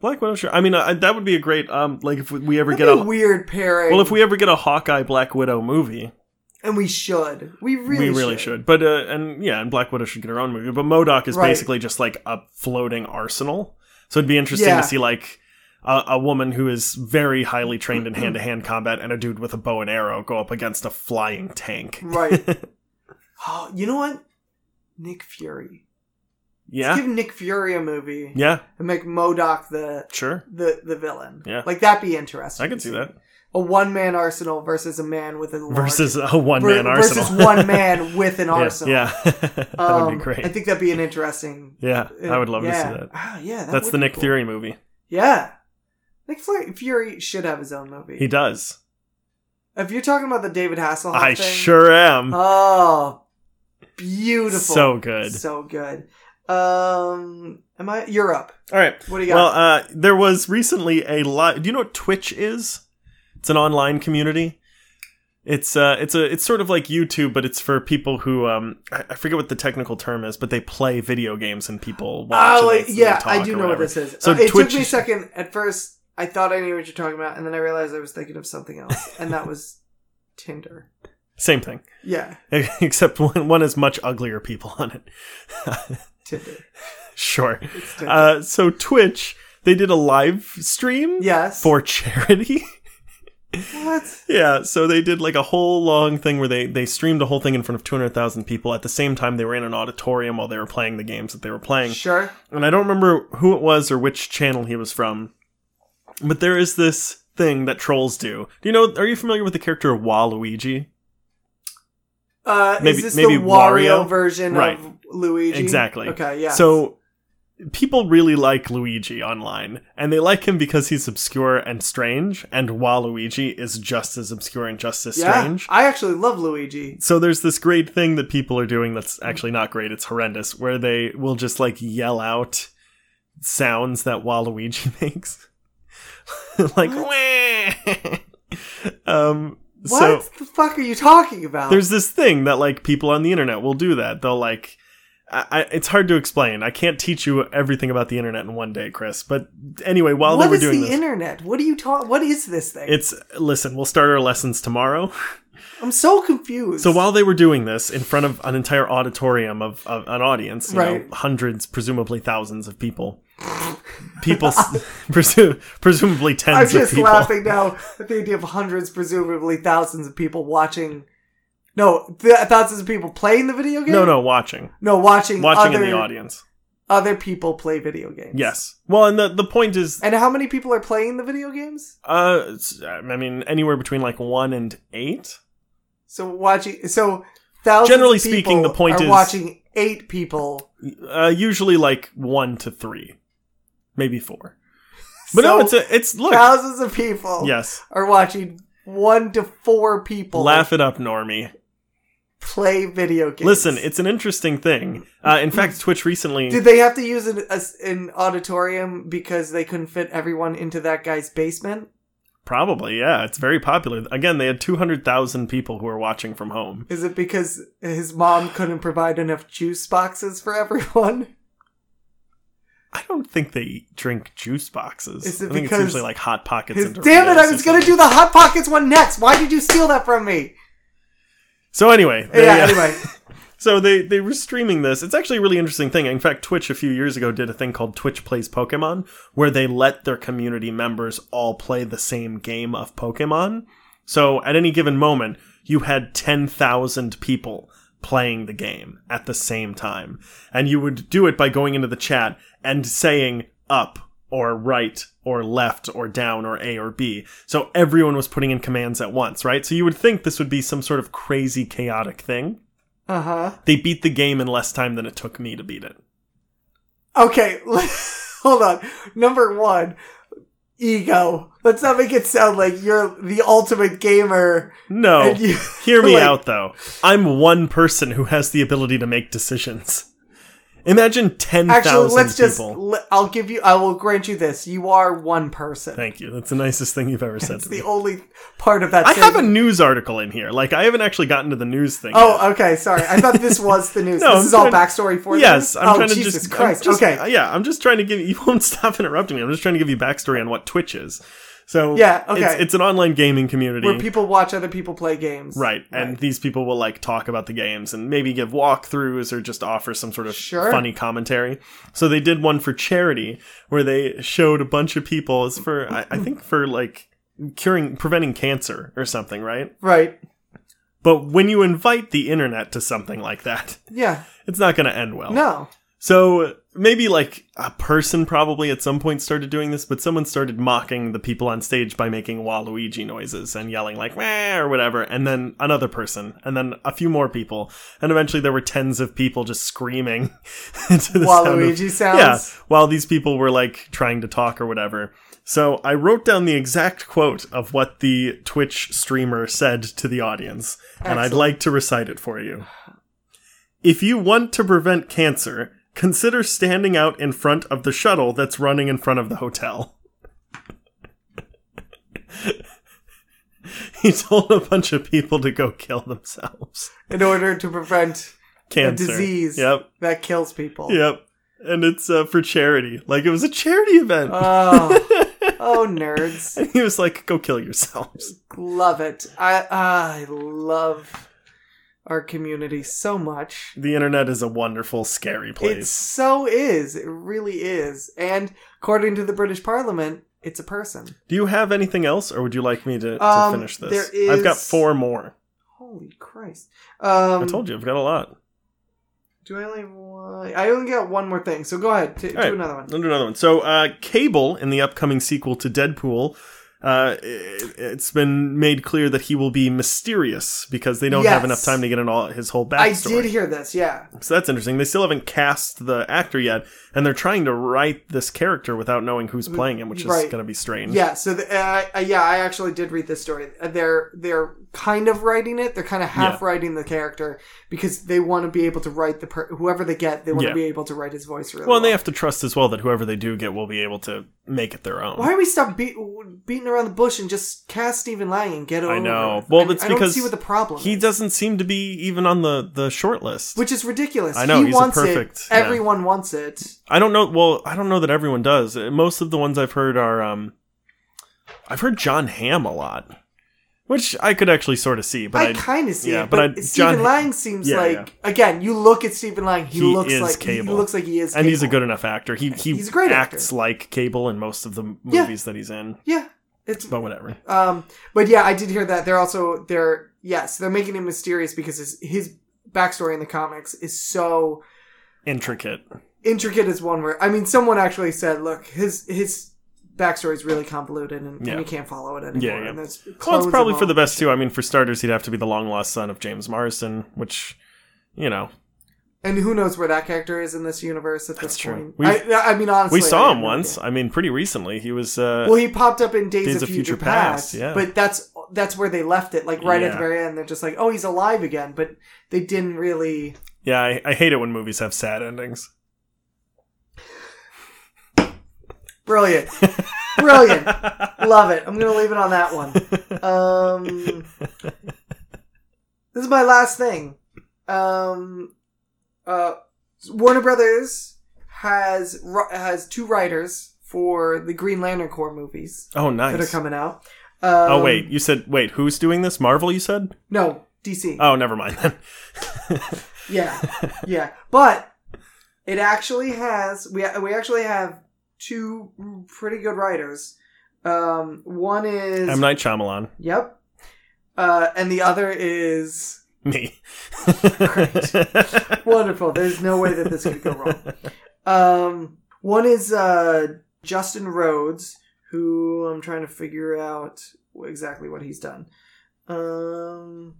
Speaker 1: Black Widow. Sure. I mean, uh, that would be a great um like if we ever
Speaker 2: That'd
Speaker 1: get
Speaker 2: be
Speaker 1: a
Speaker 2: a weird pairing.
Speaker 1: Well, if we ever get a Hawkeye Black Widow movie,
Speaker 2: and we should, we really,
Speaker 1: we really should. But uh, and yeah, and Black Widow should get her own movie. But Modoc is
Speaker 2: Right.
Speaker 1: basically just like a floating arsenal. So it'd be interesting
Speaker 2: Yeah.
Speaker 1: to see like a, a woman who is very highly trained
Speaker 2: Mm-hmm.
Speaker 1: in hand-to-hand combat and a dude with a bow and arrow go up against a flying tank.
Speaker 2: Mm. Right. oh, you know what? Nick Fury. Let's
Speaker 1: Yeah.
Speaker 2: give Nick Fury a movie
Speaker 1: Yeah.
Speaker 2: and make Modoc the
Speaker 1: Sure.
Speaker 2: the the villain.
Speaker 1: Yeah.
Speaker 2: like that'd be interesting.
Speaker 1: I can see that.
Speaker 2: A one man arsenal versus a man with a large,
Speaker 1: Versus a one-man
Speaker 2: ver-
Speaker 1: arsenal.
Speaker 2: versus one man with an
Speaker 1: Yeah,
Speaker 2: arsenal.
Speaker 1: Yeah, that would
Speaker 2: Um,
Speaker 1: be great.
Speaker 2: I think that'd be an interesting.
Speaker 1: yeah, I would love
Speaker 2: yeah.
Speaker 1: to see that.
Speaker 2: Ah, yeah, that
Speaker 1: That's
Speaker 2: would
Speaker 1: the
Speaker 2: be
Speaker 1: Nick
Speaker 2: cool.
Speaker 1: Fury movie.
Speaker 2: Yeah, Nick Fury- Fury should have his own movie.
Speaker 1: He does.
Speaker 2: if you're talking about the David Hasselhoff
Speaker 1: I
Speaker 2: thing,
Speaker 1: sure am.
Speaker 2: Oh, beautiful.
Speaker 1: So good.
Speaker 2: So good. Um, am I Europe?
Speaker 1: All right.
Speaker 2: What do you got?
Speaker 1: Well, uh, there was recently a live. Do you know what Twitch is? It's an online community. It's uh, it's a it's sort of like YouTube, but it's for people who um, I I forget what the technical term is, but they play video games and people watch.
Speaker 2: Oh,
Speaker 1: and they-
Speaker 2: yeah,
Speaker 1: they
Speaker 2: I
Speaker 1: talk
Speaker 2: do
Speaker 1: or
Speaker 2: know what
Speaker 1: whatever.
Speaker 2: this is.
Speaker 1: So
Speaker 2: Uh, it took
Speaker 1: Twitch
Speaker 2: me a
Speaker 1: is-
Speaker 2: second. At first, I thought I knew what you're talking about, and then I realized I was thinking of something else, and that was Tinder.
Speaker 1: Same thing,
Speaker 2: Yeah,
Speaker 1: except one one has much uglier people on it.
Speaker 2: Tinder.
Speaker 1: Sure.
Speaker 2: It's Tinder.
Speaker 1: Uh, so Twitch, they did a live stream
Speaker 2: yes.
Speaker 1: for charity.
Speaker 2: what?
Speaker 1: yeah, so they did like a whole long thing where they they streamed a whole thing in front of 200,000 people. At the same time, they were in an auditorium while they were playing the games that they were playing.
Speaker 2: Sure.
Speaker 1: And I don't remember who it was or which channel he was from, but there is this thing that trolls do. Do you know? Are you familiar with the character Waluigi?
Speaker 2: Uh,
Speaker 1: Maybe-
Speaker 2: is this
Speaker 1: maybe
Speaker 2: the Wario
Speaker 1: Wario?
Speaker 2: version
Speaker 1: Right.
Speaker 2: of Luigi?
Speaker 1: Exactly.
Speaker 2: Okay, yeah.
Speaker 1: So people really like Luigi online, and they like him because he's obscure and strange, and Waluigi is just as obscure and just as
Speaker 2: yeah,
Speaker 1: strange.
Speaker 2: I actually love Luigi.
Speaker 1: So there's this great thing that people are doing that's actually not great, it's horrendous, where they will just like yell out sounds that Waluigi makes. like "Wah!" um
Speaker 2: What
Speaker 1: so
Speaker 2: the fuck are you talking about?
Speaker 1: there's this thing that like people on the internet will do that. They'll like I, I, it's hard to explain. I can't teach you everything about the internet in one day, Chris. But anyway, while
Speaker 2: What
Speaker 1: they were
Speaker 2: is
Speaker 1: doing
Speaker 2: the
Speaker 1: this,
Speaker 2: internet? What are you talking? What is this thing?
Speaker 1: it's listen. We'll start our lessons tomorrow.
Speaker 2: I'm so confused.
Speaker 1: So while they were doing this in front of an entire auditorium of, of an audience, you
Speaker 2: Right.
Speaker 1: know, hundreds, presumably thousands of people, people, s- presu- presumably 10s
Speaker 2: I'm
Speaker 1: of
Speaker 2: just
Speaker 1: people.
Speaker 2: laughing now at the idea of hundreds, presumably thousands of people watching. No, th- thousands of people playing the video game.
Speaker 1: No, no, watching,
Speaker 2: no, watching
Speaker 1: watching
Speaker 2: other,
Speaker 1: in the audience.
Speaker 2: other people play video games.
Speaker 1: Yes. Well, and the the point is,
Speaker 2: And how many people are playing the video games?
Speaker 1: uh, it's- I mean, anywhere between like one and eight.
Speaker 2: So watching, so thousands.
Speaker 1: Generally
Speaker 2: of people
Speaker 1: speaking, the point
Speaker 2: are
Speaker 1: is-
Speaker 2: watching eight people.
Speaker 1: Uh, usually like one to three, maybe four. But no,
Speaker 2: So,
Speaker 1: it's a it's look.
Speaker 2: thousands of people.
Speaker 1: Yes,
Speaker 2: are watching one to four people
Speaker 1: laugh it up, Normie.
Speaker 2: play video games.
Speaker 1: Listen, it's an interesting thing. Uh, in fact, Twitch recently.
Speaker 2: Did they have to use an, a s an auditorium because they couldn't fit everyone into that guy's basement?
Speaker 1: Probably, yeah. It's very popular. Again, they had 200,000 people who were watching from home.
Speaker 2: Is it because his mom couldn't provide enough juice boxes for everyone?
Speaker 1: I don't think they drink juice boxes.
Speaker 2: Is it
Speaker 1: I think
Speaker 2: because
Speaker 1: it's usually like Hot Pockets
Speaker 2: His,
Speaker 1: and Doritos
Speaker 2: damn it, I
Speaker 1: or
Speaker 2: was gonna
Speaker 1: something.
Speaker 2: do the Hot Pockets one next. Why did you steal that from me?
Speaker 1: So anyway, they,
Speaker 2: yeah,
Speaker 1: uh,
Speaker 2: anyway.
Speaker 1: so they, they were streaming this. It's actually a really interesting thing. In fact, Twitch a few years ago did a thing called Twitch Plays Pokemon, where they let their community members all play the same game of Pokemon. So at any given moment, you had 10,000 people playing the game at the same time. And you would do it by going into the chat and saying up or right or left or down or A or B. So everyone was putting in commands at once, right? So you would think this would be some sort of crazy chaotic thing
Speaker 2: Uh huh.
Speaker 1: they beat the game in less time than it took me to beat it.
Speaker 2: Okay, hold on. Number one, ego. Let's not make it sound like you're the ultimate gamer.
Speaker 1: No,
Speaker 2: and you-
Speaker 1: hear me
Speaker 2: like-
Speaker 1: out though. I'm one person who has the ability to make decisions. Imagine ten
Speaker 2: Actually,
Speaker 1: thousand
Speaker 2: let's
Speaker 1: people.
Speaker 2: just. le- I'll give you. I will grant you this. You are one person.
Speaker 1: Thank you. That's the nicest thing you've ever said
Speaker 2: It's
Speaker 1: to me.
Speaker 2: the only part of that.
Speaker 1: I have a
Speaker 2: statement.
Speaker 1: news article in here. Like I haven't actually gotten to the news thing. yet.
Speaker 2: Oh, okay. Sorry, I thought this was the news.
Speaker 1: No,
Speaker 2: this
Speaker 1: I'm
Speaker 2: is all
Speaker 1: trying-
Speaker 2: backstory for the
Speaker 1: yes,
Speaker 2: news?
Speaker 1: I'm
Speaker 2: oh,
Speaker 1: trying to
Speaker 2: Jesus
Speaker 1: just. I'm
Speaker 2: Christ.
Speaker 1: just- uh,
Speaker 2: okay.
Speaker 1: Yeah, I'm just trying to give. You won't stop interrupting me. I'm just trying to give you backstory on what Twitch is. So
Speaker 2: Yeah, okay.
Speaker 1: It's, it's an online gaming community
Speaker 2: Where people watch other people play games.
Speaker 1: Right. And these people will like talk about the games and maybe give walkthroughs or just offer some sort of
Speaker 2: Sure.
Speaker 1: funny commentary. So they did one for charity where they showed a bunch of people. It's for, I, I think, for like curing, preventing cancer or something, right?
Speaker 2: Right.
Speaker 1: But when you invite the internet to something like that,
Speaker 2: Yeah.
Speaker 1: it's not going to end well.
Speaker 2: No.
Speaker 1: So maybe like a person probably at some point started doing this, but someone started mocking the people on stage by making Waluigi noises and yelling like "meh" or whatever, and then another person, and then a few more people, and eventually there were tens of people just screaming into the sound of-
Speaker 2: Waluigi sounds.
Speaker 1: yeah, while these people were like trying to talk or whatever. So I wrote down the exact quote of what the Twitch streamer said to the audience, and I'd
Speaker 2: Excellent.
Speaker 1: like to recite it for you. If you want to prevent cancer, consider standing out in front of the shuttle that's running in front of the hotel. he told a bunch of people to go kill themselves.
Speaker 2: In order to prevent
Speaker 1: Cancer.
Speaker 2: disease.
Speaker 1: Yep.
Speaker 2: that kills people.
Speaker 1: Yep. And it's uh, for charity. Like it was a charity event.
Speaker 2: Oh. oh, nerds.
Speaker 1: and he was like, "Go kill yourselves."
Speaker 2: Love it. I I love our community so much.
Speaker 1: The internet is a wonderful, scary
Speaker 2: It
Speaker 1: place.
Speaker 2: so is. It really is. And according to the British Parliament, it's a person.
Speaker 1: Do you have anything else, or would you like me to, to
Speaker 2: Um,
Speaker 1: finish this?
Speaker 2: there
Speaker 1: I've got
Speaker 2: is-
Speaker 1: four more.
Speaker 2: Holy Christ. Um,
Speaker 1: I told you, I've got a lot.
Speaker 2: Do I only have one? I only got one more thing. So go ahead. T- do
Speaker 1: All right.
Speaker 2: another one.
Speaker 1: I'll do another one. So, uh, Cable in the upcoming sequel to Deadpool uh, it, it's been made clear that he will be mysterious because they don't have
Speaker 2: Yes.
Speaker 1: enough time to get in all his whole
Speaker 2: I
Speaker 1: backstory.
Speaker 2: did hear this, yeah.
Speaker 1: So that's interesting. They still haven't cast the actor yet, and they're trying to write this character without knowing who's playing him, which
Speaker 2: Mm, Right.
Speaker 1: is going to be strange.
Speaker 2: Yeah, so the, uh, uh, yeah, I actually did read this story. Uh, They're they're kind of writing it. They're kind of half writing the character because they want to be able to write the per- whoever they get. They want
Speaker 1: Yeah.
Speaker 2: to be able to write his voice really
Speaker 1: Well,
Speaker 2: well.
Speaker 1: and they have to trust as well that whoever they do get will be able to make it their own.
Speaker 2: Why do we stop beat, beating around the bush and just cast Stephen Lang and get over?
Speaker 1: I know.
Speaker 2: it?
Speaker 1: Well,
Speaker 2: I-
Speaker 1: it's
Speaker 2: I don't
Speaker 1: because
Speaker 2: see what the problem.
Speaker 1: He
Speaker 2: is.
Speaker 1: doesn't seem to be even on the the short list.
Speaker 2: which is ridiculous.
Speaker 1: I know,
Speaker 2: he
Speaker 1: he's a
Speaker 2: wants
Speaker 1: perfect-
Speaker 2: it.
Speaker 1: yeah.
Speaker 2: Everyone wants it.
Speaker 1: I don't know. Well, I don't know that everyone does. Uh, Most of the ones I've heard are. Um, I've heard John Hamm a lot, which I could actually sort of see, but
Speaker 2: I,
Speaker 1: I,
Speaker 2: kind of see
Speaker 1: yeah,
Speaker 2: it,
Speaker 1: but
Speaker 2: but,
Speaker 1: I-
Speaker 2: Stephen
Speaker 1: John-
Speaker 2: Lang seems
Speaker 1: yeah,
Speaker 2: like again. You look at Stephen Lang; he,
Speaker 1: He
Speaker 2: looks
Speaker 1: is
Speaker 2: like
Speaker 1: Cable.
Speaker 2: he looks like he is,
Speaker 1: and he's a
Speaker 2: Cable.
Speaker 1: good enough actor. He he
Speaker 2: He's a great
Speaker 1: acts
Speaker 2: actor.
Speaker 1: like Cable in most of the m-
Speaker 2: Yeah.
Speaker 1: movies that he's in.
Speaker 2: Yeah, it's
Speaker 1: But whatever.
Speaker 2: Um, but yeah, I did hear that they're also they're yes they're making him mysterious because his his backstory in the comics is so
Speaker 1: Intricate.
Speaker 2: intricate is one word. I mean, someone actually said, look, his his backstory is really convoluted and,
Speaker 1: Yeah.
Speaker 2: and you can't follow it anymore.
Speaker 1: yeah.
Speaker 2: And there's
Speaker 1: Well, it's
Speaker 2: clones
Speaker 1: probably for the
Speaker 2: involved.
Speaker 1: best too. I mean, for starters, he'd have to be the long lost son of James Morrison, which, you know,
Speaker 2: And who knows where that character is in this universe at
Speaker 1: That's
Speaker 2: this
Speaker 1: true.
Speaker 2: point?
Speaker 1: We-
Speaker 2: I, I mean, honestly,
Speaker 1: we
Speaker 2: I
Speaker 1: saw
Speaker 2: have
Speaker 1: him
Speaker 2: no
Speaker 1: once.
Speaker 2: idea.
Speaker 1: I mean, pretty recently. He was. Uh,
Speaker 2: Well, he popped up in Days, of, Future, Past,
Speaker 1: yeah.
Speaker 2: but that's that's where they left it. Like right at
Speaker 1: Yeah.
Speaker 2: the very end, they're just like, "Oh, he's alive again," but they didn't really.
Speaker 1: yeah, I, I hate it when movies have sad endings.
Speaker 2: Brilliant. Brilliant. Love it. I'm going to leave it on that one. Um, this is my last thing. Um, uh, Warner Brothers has ri- has two writers for the Green Lantern Corps movies
Speaker 1: oh,
Speaker 2: that are
Speaker 1: nice.
Speaker 2: coming out. Um,
Speaker 1: oh, wait. You said wait. Who's doing this? Marvel? You said?
Speaker 2: No, DC.
Speaker 1: Oh, never mind then.
Speaker 2: Yeah, yeah, but it actually has we we actually have two pretty good writers. Um, one is
Speaker 1: M Night Shyamalan.
Speaker 2: Yep. Uh, and the other is
Speaker 1: Me.
Speaker 2: wonderful. There's no way that this could go wrong. Um, one is uh, Justin Rhodes, who I'm trying to figure out exactly what he's done. Um,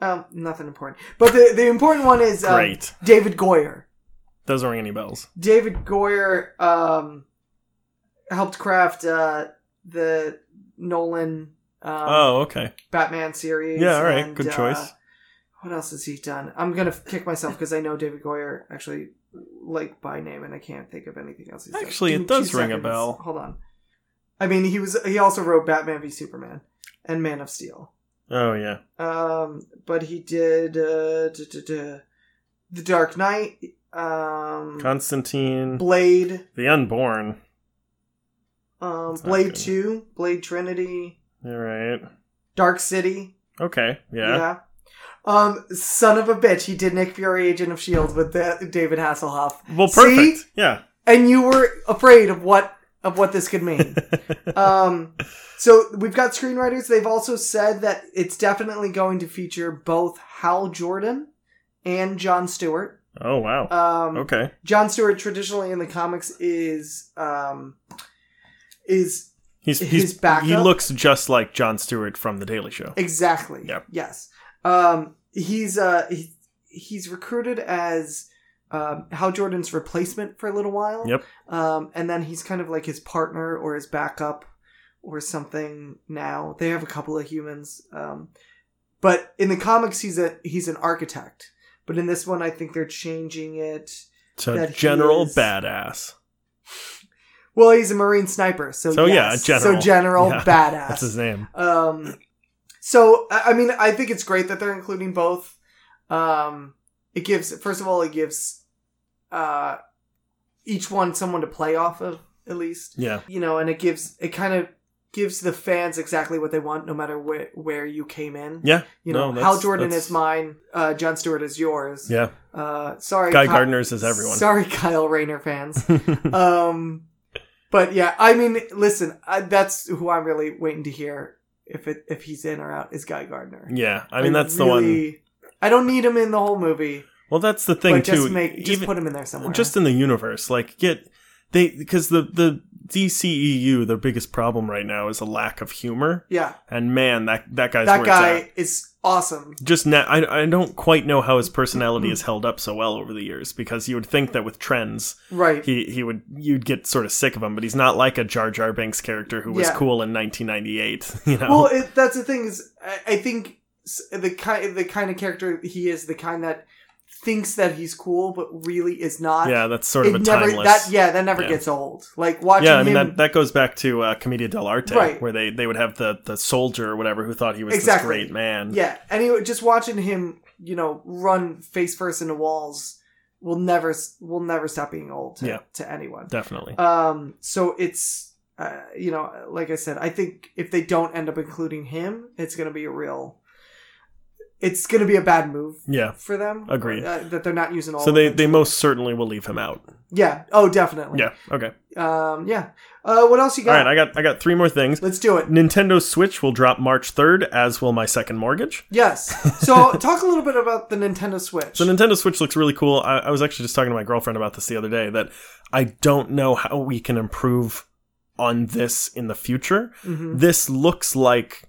Speaker 2: um, nothing important. But the, the important one is um,
Speaker 1: Great.
Speaker 2: David Goyer.
Speaker 1: Doesn't ring any bells.
Speaker 2: David Goyer um, helped craft uh, the Nolan um,
Speaker 1: oh, okay.
Speaker 2: Batman series.
Speaker 1: Yeah, all right.
Speaker 2: and,
Speaker 1: Good
Speaker 2: uh,
Speaker 1: choice.
Speaker 2: What else has he done? I'm gonna kick myself because I know David Goyer actually like by name, and I can't think of anything else. He's done.
Speaker 1: Actually,
Speaker 2: Give
Speaker 1: it
Speaker 2: me
Speaker 1: does
Speaker 2: two
Speaker 1: ring a
Speaker 2: seconds.
Speaker 1: bell.
Speaker 2: Hold on. I mean, he was he also wrote Batman v Superman and Man of Steel.
Speaker 1: Oh, yeah.
Speaker 2: Um, but he did uh, duh, duh, duh, the Dark Knight, um,
Speaker 1: Constantine.
Speaker 2: Blade,
Speaker 1: the Unborn.
Speaker 2: um,
Speaker 1: not
Speaker 2: Blade
Speaker 1: good.
Speaker 2: Two, Blade Trinity,
Speaker 1: All right.
Speaker 2: Dark City.
Speaker 1: Okay. Yeah.
Speaker 2: Yeah. Um, son of a bitch, he did Nick Fury, Agent of Shield, E with the, David Hasselhoff,
Speaker 1: Well,
Speaker 2: See?
Speaker 1: perfect. Yeah.
Speaker 2: and you were afraid of what of what this could mean. um, so we've got screenwriters. They've also said that it's definitely going to feature both Hal Jordan and John Stewart.
Speaker 1: Oh, wow.
Speaker 2: Um,
Speaker 1: okay.
Speaker 2: John Stewart traditionally in the comics is um, is
Speaker 1: He's
Speaker 2: his
Speaker 1: he's
Speaker 2: backup-
Speaker 1: he looks just like John Stewart from The Daily Show.
Speaker 2: Exactly.
Speaker 1: Yep.
Speaker 2: Yes. Um, he's uh, he, he's recruited as um, Hal Jordan's replacement for a little while.
Speaker 1: Yep.
Speaker 2: Um, and then he's kind of like his partner or his backup or something. Now they have a couple of humans. Um, but in the comics, he's a he's an architect. But in this one, I think they're changing it.
Speaker 1: So
Speaker 2: That he
Speaker 1: general
Speaker 2: is-
Speaker 1: badass.
Speaker 2: Well, he's a marine sniper, so
Speaker 1: So, yeah,
Speaker 2: yes.
Speaker 1: a general.
Speaker 2: So general
Speaker 1: Yeah.
Speaker 2: badass.
Speaker 1: That's his name.
Speaker 2: Um, so I I mean, I think it's great that they're including both. Um, it gives, first of all, it gives uh, each one someone to play off of at least,
Speaker 1: Yeah.
Speaker 2: you know, and it gives it kind of gives the fans exactly what they want, no matter where where you came in.
Speaker 1: Yeah.
Speaker 2: You
Speaker 1: No,
Speaker 2: know,
Speaker 1: that's-
Speaker 2: Hal Jordan
Speaker 1: that's-
Speaker 2: is mine. Uh, John Stewart is yours.
Speaker 1: Yeah.
Speaker 2: Uh, sorry,
Speaker 1: Guy
Speaker 2: Ky-
Speaker 1: Gardner's is everyone.
Speaker 2: Sorry, Kyle Rayner fans um but yeah i mean listen I, that's who i'm really waiting to hear if it if he's in or out is guy gardner
Speaker 1: yeah. I mean, that's the one.
Speaker 2: really- i don't need him in the whole movie
Speaker 1: Well, that's the thing
Speaker 2: but
Speaker 1: too.
Speaker 2: just make just
Speaker 1: Even-
Speaker 2: put him in there somewhere
Speaker 1: just in the universe, like get they because the the DCEU, their biggest problem right now is a lack of humor.
Speaker 2: Yeah,
Speaker 1: And man, that that guy's
Speaker 2: that
Speaker 1: where it's at.
Speaker 2: guy is awesome.
Speaker 1: Just now, I, I don't quite know how his personality
Speaker 2: Mm-hmm.
Speaker 1: has held up so well over the years because you would think that with trends
Speaker 2: Right.
Speaker 1: he he would you'd get sort of sick of him, but he's not like a Jar Jar Binks character who was
Speaker 2: Yeah.
Speaker 1: cool in 1998. You know,
Speaker 2: Well, it, that's the thing is, I, I think s- the kind the kind of character he is, the kind that thinks that he's cool but really is not.
Speaker 1: yeah, that's sort of a
Speaker 2: uh, it never
Speaker 1: timeless.
Speaker 2: that yeah that never
Speaker 1: yeah.
Speaker 2: gets old. Like watching
Speaker 1: yeah, I mean
Speaker 2: him.
Speaker 1: that, that goes back to uh, Commedia dell'arte,
Speaker 2: Right.
Speaker 1: where they, they would have the, the soldier or whatever who thought he was
Speaker 2: Exactly.
Speaker 1: this great man.
Speaker 2: yeah, anyway, just watching him, you know, run face first into walls will never s- will never stop being old to,
Speaker 1: Yeah.
Speaker 2: to anyone.
Speaker 1: definitely.
Speaker 2: Um, so it's uh, you know, like I said, I think if they don't end up including him, it's gonna be a real, it's gonna be a bad move
Speaker 1: yeah.
Speaker 2: for them.
Speaker 1: Agreed.
Speaker 2: Uh, that they're not using all.
Speaker 1: So
Speaker 2: of
Speaker 1: they,
Speaker 2: them.
Speaker 1: they most certainly will leave him out.
Speaker 2: Yeah. Oh, definitely.
Speaker 1: Yeah. Okay.
Speaker 2: Um. Yeah. Uh. What else you
Speaker 1: All
Speaker 2: got?
Speaker 1: right. I got I got three more things.
Speaker 2: Let's do it.
Speaker 1: Nintendo Switch will drop March 3rd, as will my second mortgage.
Speaker 2: Yes. So talk a little bit about the Nintendo Switch.
Speaker 1: So Nintendo Switch looks really cool. I, I was actually just talking to my girlfriend about this the other day that I don't know how we can improve on this in the future.
Speaker 2: Mhm.
Speaker 1: this looks like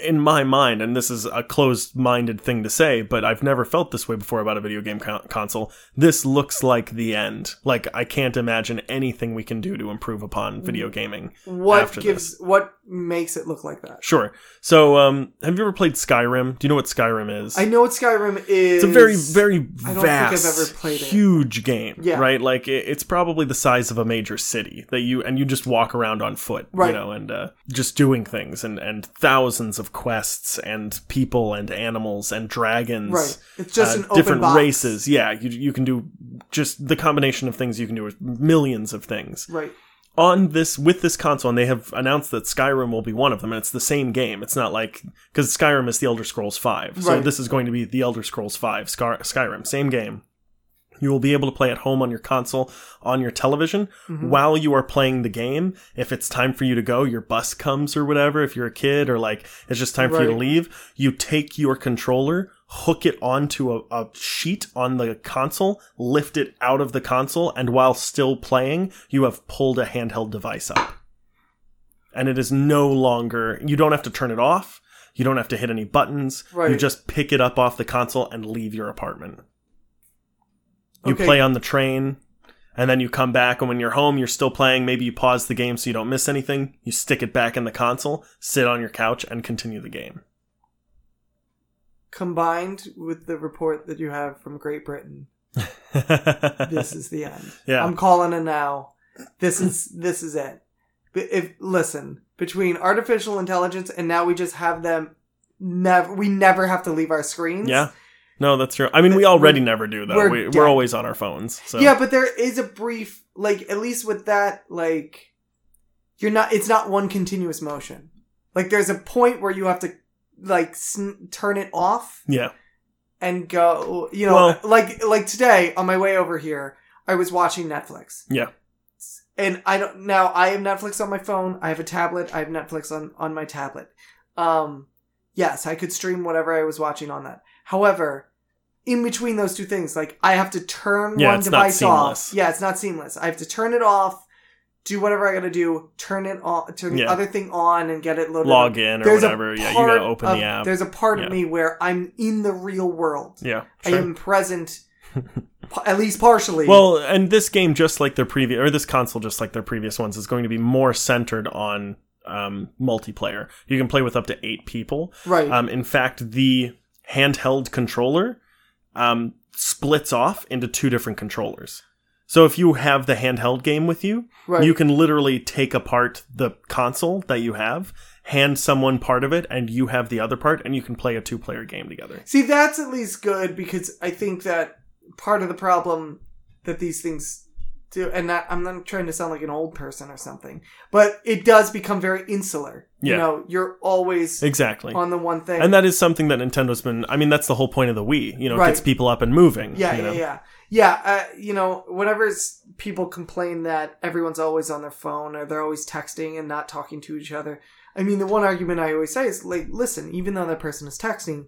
Speaker 1: in my mind and this is a closed-minded thing to say but i've never felt this way before about a video game con- console this looks like the end like i can't imagine anything we can do to improve upon video gaming
Speaker 2: What
Speaker 1: after
Speaker 2: gives? What makes it look like that?
Speaker 1: sure so um have you ever played skyrim do you know what skyrim is
Speaker 2: I know what Skyrim is.
Speaker 1: it's a very very
Speaker 2: I don't think I've
Speaker 1: vast
Speaker 2: ever played it.
Speaker 1: huge game
Speaker 2: Yeah.
Speaker 1: right like it, it's probably the size of a major city that you and you just walk around on foot
Speaker 2: Right.
Speaker 1: you know and uh, just doing things and and thousands of quests and people and animals and dragons
Speaker 2: right. It's just
Speaker 1: uh,
Speaker 2: an open
Speaker 1: different
Speaker 2: box.
Speaker 1: races yeah you, you can do just the combination of things you can do is millions of things
Speaker 2: Right.
Speaker 1: on this with this console and they have announced that skyrim will be one of them and it's the same game it's not like because skyrim is the elder scrolls 5 so
Speaker 2: Right.
Speaker 1: this is going to be the elder scrolls 5 Sky, skyrim same game you will be able to play at home on your console on your television
Speaker 2: Mhm.
Speaker 1: while you are playing the game if it's time for you to go your bus comes or whatever if you're a kid or like it's just time for you to
Speaker 2: Right.
Speaker 1: leave you take your controller hook it onto a, a sheet on the console lift it out of the console and while still playing you have pulled a handheld device up and it is no longer you don't have to turn it off you don't have to hit any buttons you
Speaker 2: Right.
Speaker 1: just pick it up off the console and leave your apartment you
Speaker 2: Okay.
Speaker 1: play on the train and then you come back and when you're home you're still playing maybe you pause the game so you don't miss anything you stick it back in the console sit on your couch and continue the game
Speaker 2: Combined with the report that you have from Great Britain, this is the end.
Speaker 1: yeah
Speaker 2: I'm calling it now. This is this is it. B- If listen, between artificial intelligence and now we just have them never we never have to leave our screens.
Speaker 1: yeah no that's true i mean we already never do though
Speaker 2: we're
Speaker 1: we,
Speaker 2: dead.
Speaker 1: we're always on our phones so
Speaker 2: Yeah, but there is a brief like at least with that like you're not it's not one continuous motion. Like there's a point where you have to like sn- turn it off
Speaker 1: yeah
Speaker 2: and go, you know,
Speaker 1: Well-
Speaker 2: like like today on my way over here, I was watching Netflix.
Speaker 1: Yeah.
Speaker 2: And I don't now I have Netflix on my phone, I have a tablet, I have Netflix on on my tablet. Um yes, I could stream whatever I was watching on that. However, in between those two things, like I have to turn
Speaker 1: Yeah,
Speaker 2: one
Speaker 1: it's not
Speaker 2: device off.
Speaker 1: seamless.
Speaker 2: Yeah, it's not seamless. I have to turn it off, do whatever I got to do, turn it on, turn the
Speaker 1: Yeah.
Speaker 2: other thing on and get it loaded up
Speaker 1: log in or
Speaker 2: there's
Speaker 1: whatever
Speaker 2: A
Speaker 1: yeah you
Speaker 2: part
Speaker 1: gotta open
Speaker 2: of,
Speaker 1: the app
Speaker 2: There's a part of
Speaker 1: Yeah.
Speaker 2: me where I'm in the real world.
Speaker 1: yeah
Speaker 2: I
Speaker 1: sure.
Speaker 2: am present, p- at least partially.
Speaker 1: Well, and this game, just like their previous, or this console, just like their previous ones, is going to be more centered on um, multiplayer. You can play with up to eight people.
Speaker 2: right,
Speaker 1: Um, in fact, the handheld controller um, splits off into two different controllers. So if you have the handheld game with you,
Speaker 2: right.
Speaker 1: you can literally take apart the console that you have, hand someone part of it, and you have the other part, and you can play a two-player game together.
Speaker 2: See, that's at least good because I think that part of the problem that these things do, and not, I'm not trying to sound like an old person or something, but it does become very insular. You
Speaker 1: Yeah.
Speaker 2: know, you're always
Speaker 1: Exactly.
Speaker 2: on the one thing.
Speaker 1: And that is something that Nintendo's been. I mean, that's the whole point of the Wii. You know,
Speaker 2: Right.
Speaker 1: it gets people up and moving.
Speaker 2: Yeah,
Speaker 1: you know?
Speaker 2: yeah, yeah, yeah. Uh, you know, whenever it's- people complain that everyone's always on their phone or they're always texting and not talking to each other, I mean, the one argument I always say is like, listen, even though that person is texting,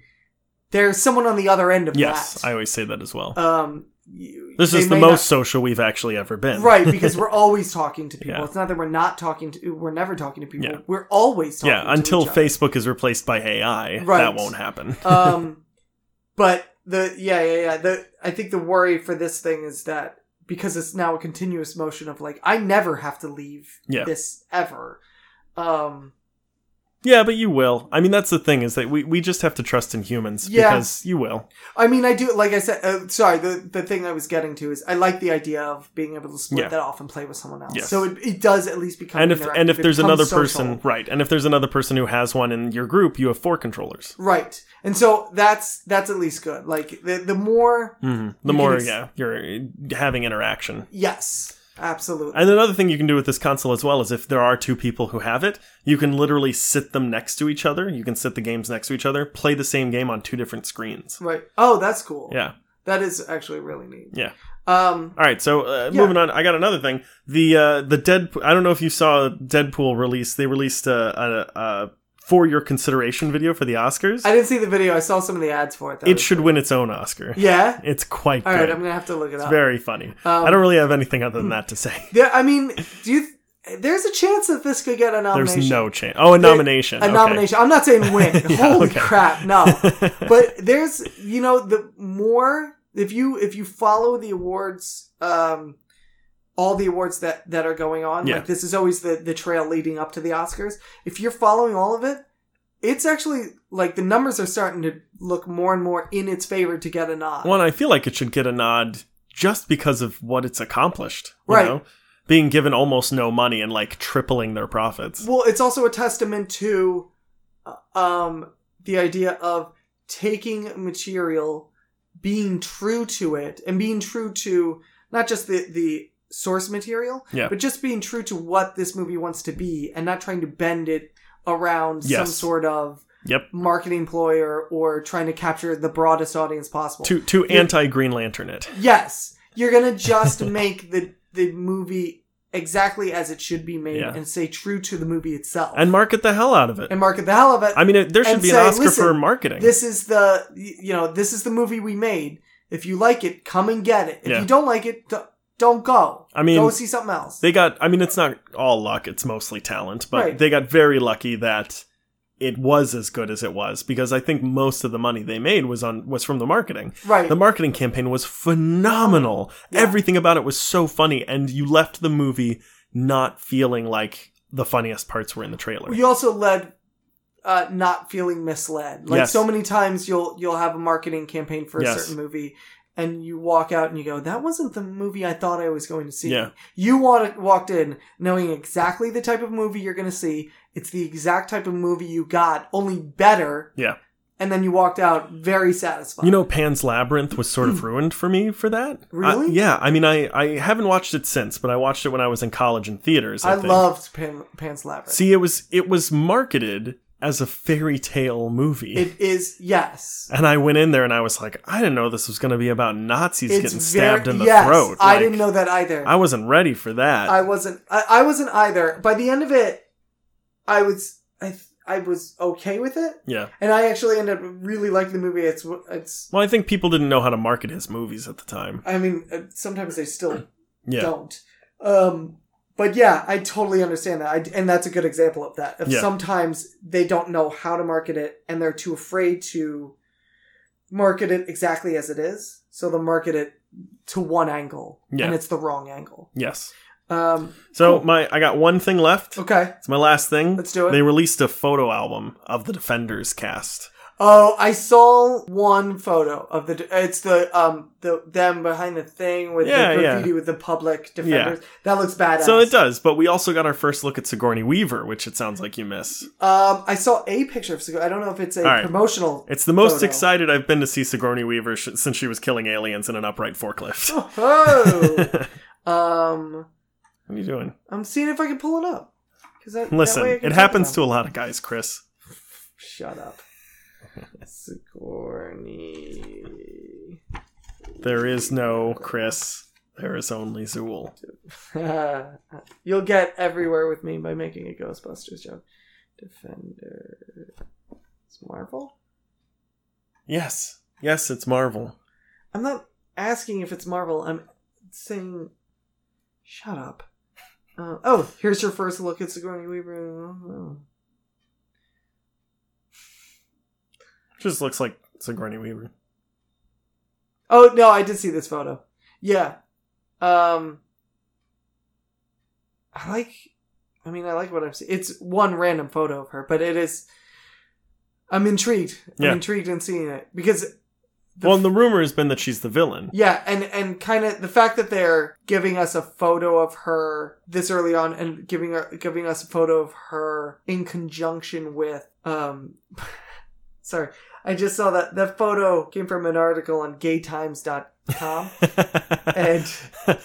Speaker 2: There's someone on the other end of
Speaker 1: Yes, I
Speaker 2: that.
Speaker 1: always say that as well.
Speaker 2: um, you-
Speaker 1: this
Speaker 2: they
Speaker 1: is the
Speaker 2: may not-
Speaker 1: most social we've actually ever been.
Speaker 2: right because we're always talking to people.
Speaker 1: Yeah.
Speaker 2: It's not that we're not talking to. We're never talking to people.
Speaker 1: Yeah.
Speaker 2: We're always talking.
Speaker 1: yeah,
Speaker 2: to
Speaker 1: until
Speaker 2: each other.
Speaker 1: Facebook is replaced by AI,
Speaker 2: Right.
Speaker 1: that won't happen.
Speaker 2: um but the yeah yeah yeah the i think the worry for this thing is that because it's now a continuous motion of like i never have to leave
Speaker 1: Yeah.
Speaker 2: this ever um
Speaker 1: Yeah, but you will. I mean, that's the thing is that we, we just have to trust in humans
Speaker 2: Yeah.
Speaker 1: because you will.
Speaker 2: i mean i do like i said uh, sorry the the thing i was getting to is i like the idea of being able to split
Speaker 1: Yeah.
Speaker 2: that off and play with someone else
Speaker 1: Yes.
Speaker 2: so it, it does at least become
Speaker 1: and if
Speaker 2: interactive.
Speaker 1: and if
Speaker 2: It
Speaker 1: there's
Speaker 2: becomes
Speaker 1: another
Speaker 2: social.
Speaker 1: person, right? And if there's another person who has one in your group, you have four controllers.
Speaker 2: right and so that's that's at least good like the, the more
Speaker 1: hmm
Speaker 2: You
Speaker 1: The
Speaker 2: can
Speaker 1: more,
Speaker 2: ex-
Speaker 1: yeah, you're having interaction.
Speaker 2: yes absolutely
Speaker 1: And another thing you can do with this console as well is if there are two people who have it, you can literally sit them next to each other. You can sit the games next to each other, play the same game on two different screens.
Speaker 2: right oh that's cool
Speaker 1: Yeah.
Speaker 2: that is actually really neat
Speaker 1: Yeah.
Speaker 2: um
Speaker 1: All right, so uh,
Speaker 2: Yeah.
Speaker 1: moving on, I got another thing. The uh, the Deadpool. I don't know if you saw Deadpool release. They released a, a, a for your consideration video for the Oscars.
Speaker 2: I didn't see the video. I saw some of the ads for it. Though.
Speaker 1: it should win its own Oscar.
Speaker 2: Yeah.
Speaker 1: It's quite
Speaker 2: All
Speaker 1: good.
Speaker 2: right. I'm gonna have to look it
Speaker 1: it's
Speaker 2: up.
Speaker 1: very funny.
Speaker 2: Um,
Speaker 1: I don't really have anything other than that to say.
Speaker 2: There, I mean, do you? th- There's a chance that this could get a nomination.
Speaker 1: There's no chance. Oh, a
Speaker 2: There-
Speaker 1: nomination.
Speaker 2: a nomination. I'm not saying win.
Speaker 1: Yeah,
Speaker 2: Holy
Speaker 1: okay.
Speaker 2: crap! No.
Speaker 1: Okay.
Speaker 2: but there's you know the more if you if you follow the awards um all the awards that that are going on
Speaker 1: Yeah.
Speaker 2: like this is always the the trail leading up to the oscars if you're following all of it it's actually like the numbers are starting to look more and more in its favor to get a nod
Speaker 1: One, I feel like it should get a nod just because of what it's accomplished. You
Speaker 2: Right.
Speaker 1: Know? Being given almost no money and like tripling their profits.
Speaker 2: well it's also a testament to uh, um the idea of taking material being true to it and being true to not just the the source material
Speaker 1: Yeah.
Speaker 2: but just being true to what this movie wants to be and not trying to bend it around some
Speaker 1: Yes.
Speaker 2: sort of
Speaker 1: Yep.
Speaker 2: marketing ploy or, or trying to capture the broadest audience possible
Speaker 1: To to
Speaker 2: Yeah.
Speaker 1: anti Green Lantern it.
Speaker 2: yes you're gonna just make the the movie exactly as it should be made
Speaker 1: Yeah.
Speaker 2: and stay true to the movie itself
Speaker 1: And market the hell out of it.
Speaker 2: and market the hell of it
Speaker 1: I mean, it, there should
Speaker 2: and
Speaker 1: be
Speaker 2: say,
Speaker 1: an Oscar
Speaker 2: "Listen,
Speaker 1: for marketing.
Speaker 2: this is the you know this is the movie we made if you like it come and get it if
Speaker 1: Yeah.
Speaker 2: you don't like it d- don't go
Speaker 1: I mean,
Speaker 2: go see something else
Speaker 1: they got, I mean, it's not all luck, it's mostly talent, but
Speaker 2: Right.
Speaker 1: they got very lucky that it was as good as it was because I think most of the money they made was on was from the marketing.
Speaker 2: right
Speaker 1: The marketing campaign was phenomenal.
Speaker 2: Yeah.
Speaker 1: Everything about it was so funny, and you left the movie not feeling like the funniest parts were in the trailer.
Speaker 2: you also led uh, not feeling misled like
Speaker 1: Yes.
Speaker 2: so many times you'll you'll have a marketing campaign for a
Speaker 1: Yes.
Speaker 2: certain movie and you walk out and you go that wasn't the movie i thought i was going to see
Speaker 1: Yeah.
Speaker 2: you want walked in knowing exactly the type of movie you're going to see it's the exact type of movie you got only better
Speaker 1: Yeah.
Speaker 2: and then you walked out very satisfied
Speaker 1: You know, Pan's Labyrinth was sort of ruined for me for that.
Speaker 2: Hmm. Really?
Speaker 1: I- yeah. I mean, I, I haven't watched it since, but I watched it when I was in college in theaters. I,
Speaker 2: I
Speaker 1: think.
Speaker 2: loved Pan, Pan's Labyrinth.
Speaker 1: See, it was it was marketed as a fairy tale movie,
Speaker 2: it is yes.
Speaker 1: and I went in there and I was like, I didn't know this was going to be about Nazis getting
Speaker 2: very-
Speaker 1: stabbed in the
Speaker 2: yes,
Speaker 1: throat.
Speaker 2: I
Speaker 1: Like,
Speaker 2: didn't know that either.
Speaker 1: I
Speaker 2: I,
Speaker 1: wasn't ready for that.
Speaker 2: wasn't. I, I wasn't either. By the end of it, I was. I th- I was okay with it,
Speaker 1: yeah.
Speaker 2: and I actually ended up really liking the movie. It's it's.
Speaker 1: Well, I think people didn't know how to market his movies at the time.
Speaker 2: I mean, uh, sometimes they still
Speaker 1: Yeah.
Speaker 2: don't. Um, but yeah, I totally understand that, I, and that's a good example of that. Of
Speaker 1: Yeah.
Speaker 2: sometimes they don't know how to market it, and they're too afraid to market it exactly as it is. So they'll market it to one angle,
Speaker 1: Yeah.
Speaker 2: and it's the wrong angle.
Speaker 1: Yes.
Speaker 2: Um,
Speaker 1: So
Speaker 2: Cool.
Speaker 1: my I got one thing left.
Speaker 2: okay,
Speaker 1: It's my last thing.
Speaker 2: let's do it.
Speaker 1: They released a photo album of the Defenders cast.
Speaker 2: oh, I saw one photo of the. It's the um the them behind the thing with
Speaker 1: Yeah,
Speaker 2: the
Speaker 1: yeah.
Speaker 2: graffiti with the public defenders. That looks badass.
Speaker 1: So it does, but we also got our first look at Sigourney Weaver, which it sounds like you miss.
Speaker 2: Um, I saw a picture of. Sigour- I don't know if it's a
Speaker 1: All right.
Speaker 2: promotional
Speaker 1: It's the most
Speaker 2: Photo.
Speaker 1: excited I've been to see Sigourney Weaver sh- since she was killing aliens in an upright forklift.
Speaker 2: Oh,
Speaker 1: what
Speaker 2: um,
Speaker 1: are you doing?
Speaker 2: I'm seeing if I can pull it up. Cause that,
Speaker 1: Listen,
Speaker 2: that way I can
Speaker 1: it
Speaker 2: talk
Speaker 1: happens to
Speaker 2: about
Speaker 1: a lot of guys, Chris.
Speaker 2: Shut up. Sigourney.
Speaker 1: There is no Chris. There is only Zool.
Speaker 2: You'll get everywhere with me by making a Ghostbusters joke. Defender. It's Marvel.
Speaker 1: Yes. Yes, it's Marvel.
Speaker 2: I'm not asking if it's Marvel. I'm saying, shut up. Uh, oh, here's your first look at Sigourney Weaver. Oh.
Speaker 1: Just looks like Sigourney Weaver.
Speaker 2: Oh no, I did see this photo. Yeah. Um I like I mean I like what I'm seeing. It's one random photo of her, but it is I'm intrigued. I'm
Speaker 1: Yeah.
Speaker 2: intrigued in seeing it. Because the
Speaker 1: well,
Speaker 2: f-
Speaker 1: and the rumor has been that she's the villain.
Speaker 2: yeah, and and kind of the fact that they're giving us a photo of her this early on, and giving her, giving us a photo of her in conjunction with um, sorry, I just saw that that photo came from an article on GayTimes.com, and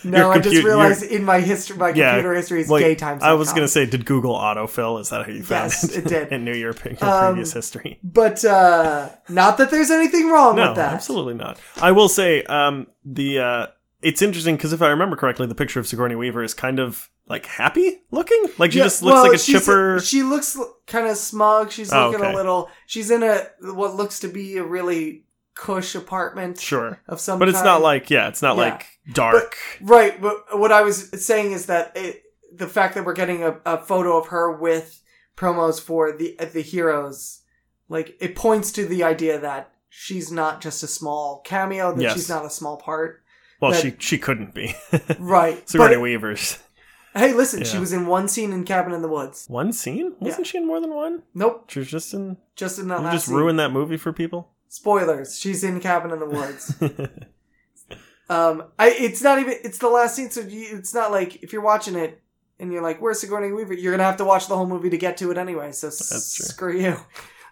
Speaker 1: Your
Speaker 2: now I
Speaker 1: compu-
Speaker 2: just
Speaker 1: your-
Speaker 2: realized in my history, my
Speaker 1: Yeah,
Speaker 2: computer history is
Speaker 1: like,
Speaker 2: GayTimes.
Speaker 1: I was gonna say, did Google autofill? Is that how you found
Speaker 2: Yes, it
Speaker 1: it?
Speaker 2: did.
Speaker 1: and knew your, pre- your
Speaker 2: Um,
Speaker 1: previous history.
Speaker 2: but uh, not that there's anything wrong
Speaker 1: No,
Speaker 2: with that.
Speaker 1: absolutely not. I will say, um, the uh, it's interesting because if I remember correctly, the picture of Sigourney Weaver is kind of like happy looking. Like she
Speaker 2: Yeah,
Speaker 1: just looks
Speaker 2: well,
Speaker 1: like a
Speaker 2: she's-
Speaker 1: chipper.
Speaker 2: She looks kind of smug. She's
Speaker 1: Oh,
Speaker 2: looking
Speaker 1: okay.
Speaker 2: a little. She's in a what looks to be a really cush apartment
Speaker 1: sure,
Speaker 2: of some.
Speaker 1: but it's not
Speaker 2: kind.
Speaker 1: like yeah, it's not
Speaker 2: Yeah.
Speaker 1: like dark.
Speaker 2: right. But what I was saying is that it, the fact that we're getting a, a photo of her with promos for the the heroes, like it points to the idea that she's not just a small cameo. That
Speaker 1: Yes.
Speaker 2: she's not a small part.
Speaker 1: well,
Speaker 2: that-
Speaker 1: she she couldn't be
Speaker 2: Right.
Speaker 1: Sigourney
Speaker 2: but,
Speaker 1: Weaver's
Speaker 2: hey, listen. She
Speaker 1: Yeah.
Speaker 2: was in one scene in Cabin in the Woods.
Speaker 1: one scene. Wasn't she in more than one?
Speaker 2: Nope.
Speaker 1: She was just in.
Speaker 2: Just in that
Speaker 1: You
Speaker 2: last.
Speaker 1: just
Speaker 2: scene.
Speaker 1: ruined that movie for people.
Speaker 2: Spoilers. She's in Cabin in the Woods.
Speaker 1: yeah,
Speaker 2: Um, I it's not even it's the last scene, so you, it's not like if you're watching it and you're like, "Where's Sigourney Weaver?" You're gonna have to watch the whole movie to get to it anyway. So
Speaker 1: That's true.
Speaker 2: screw you.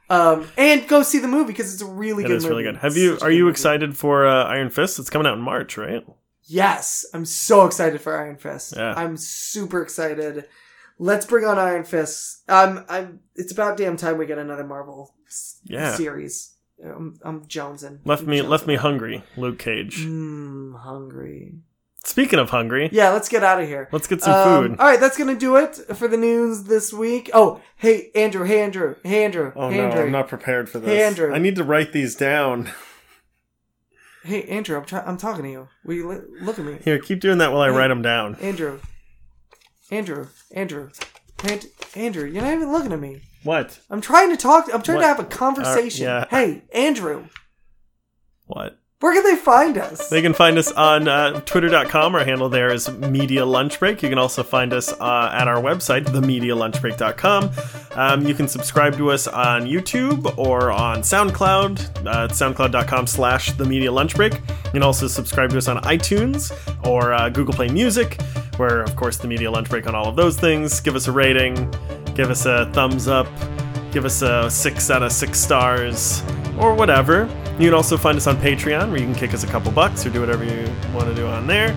Speaker 2: Um, and go see the movie because it's a really
Speaker 1: it
Speaker 2: good.
Speaker 1: is
Speaker 2: movie.
Speaker 1: really good. Have
Speaker 2: It's
Speaker 1: you?
Speaker 2: such a
Speaker 1: Are
Speaker 2: good
Speaker 1: you
Speaker 2: movie.
Speaker 1: excited for uh, Iron Fist? It's coming out in March, right?
Speaker 2: Yes, I'm so excited for Iron Fist.
Speaker 1: Yeah.
Speaker 2: I'm super excited. Let's bring on Iron Fist. Um, I'm. It's about damn time we get another Marvel s-
Speaker 1: Yeah.
Speaker 2: series. I'm, I'm jonesing.
Speaker 1: Left
Speaker 2: I'm
Speaker 1: me, left
Speaker 2: jonesing.
Speaker 1: me hungry. Luke Cage.
Speaker 2: Mm, hungry.
Speaker 1: Speaking of hungry,
Speaker 2: Yeah, let's get out of here.
Speaker 1: let's get some
Speaker 2: Um,
Speaker 1: food.
Speaker 2: All right, that's gonna do it for the news this week. Oh, hey Andrew, hey Andrew, hey Andrew,
Speaker 1: Oh
Speaker 2: hey
Speaker 1: no,
Speaker 2: Andrew,
Speaker 1: I'm not prepared for this.
Speaker 2: Hey, Andrew.
Speaker 1: I need to write these down.
Speaker 2: hey Andrew. I'm try- I'm talking to you. Will you li- look at me,
Speaker 1: Here, keep doing that while I
Speaker 2: Hey.
Speaker 1: write them down.
Speaker 2: Andrew, Andrew, Andrew, and- Andrew. You're not even looking at me.
Speaker 1: What?
Speaker 2: I'm trying to talk. I'm trying
Speaker 1: What?
Speaker 2: to have a conversation.
Speaker 1: Uh, yeah.
Speaker 2: Hey Andrew,
Speaker 1: What?
Speaker 2: where can they find us?
Speaker 1: They can find us on uh, twitter.com. Our handle there is Media Lunch Break. You can also find us uh, at our website, themedialunchbreak.com. Um, you can subscribe to us on YouTube or on SoundCloud, uh, soundcloud.com slash The Media Lunch Break. You can also subscribe to us on iTunes or uh, Google Play Music, where, of course, The Media Lunch Break on all of those things. Give us a rating, give us a thumbs up. give us a six out of six stars or whatever. You can also find us on Patreon where you can kick us a couple bucks or do whatever you want to do on there.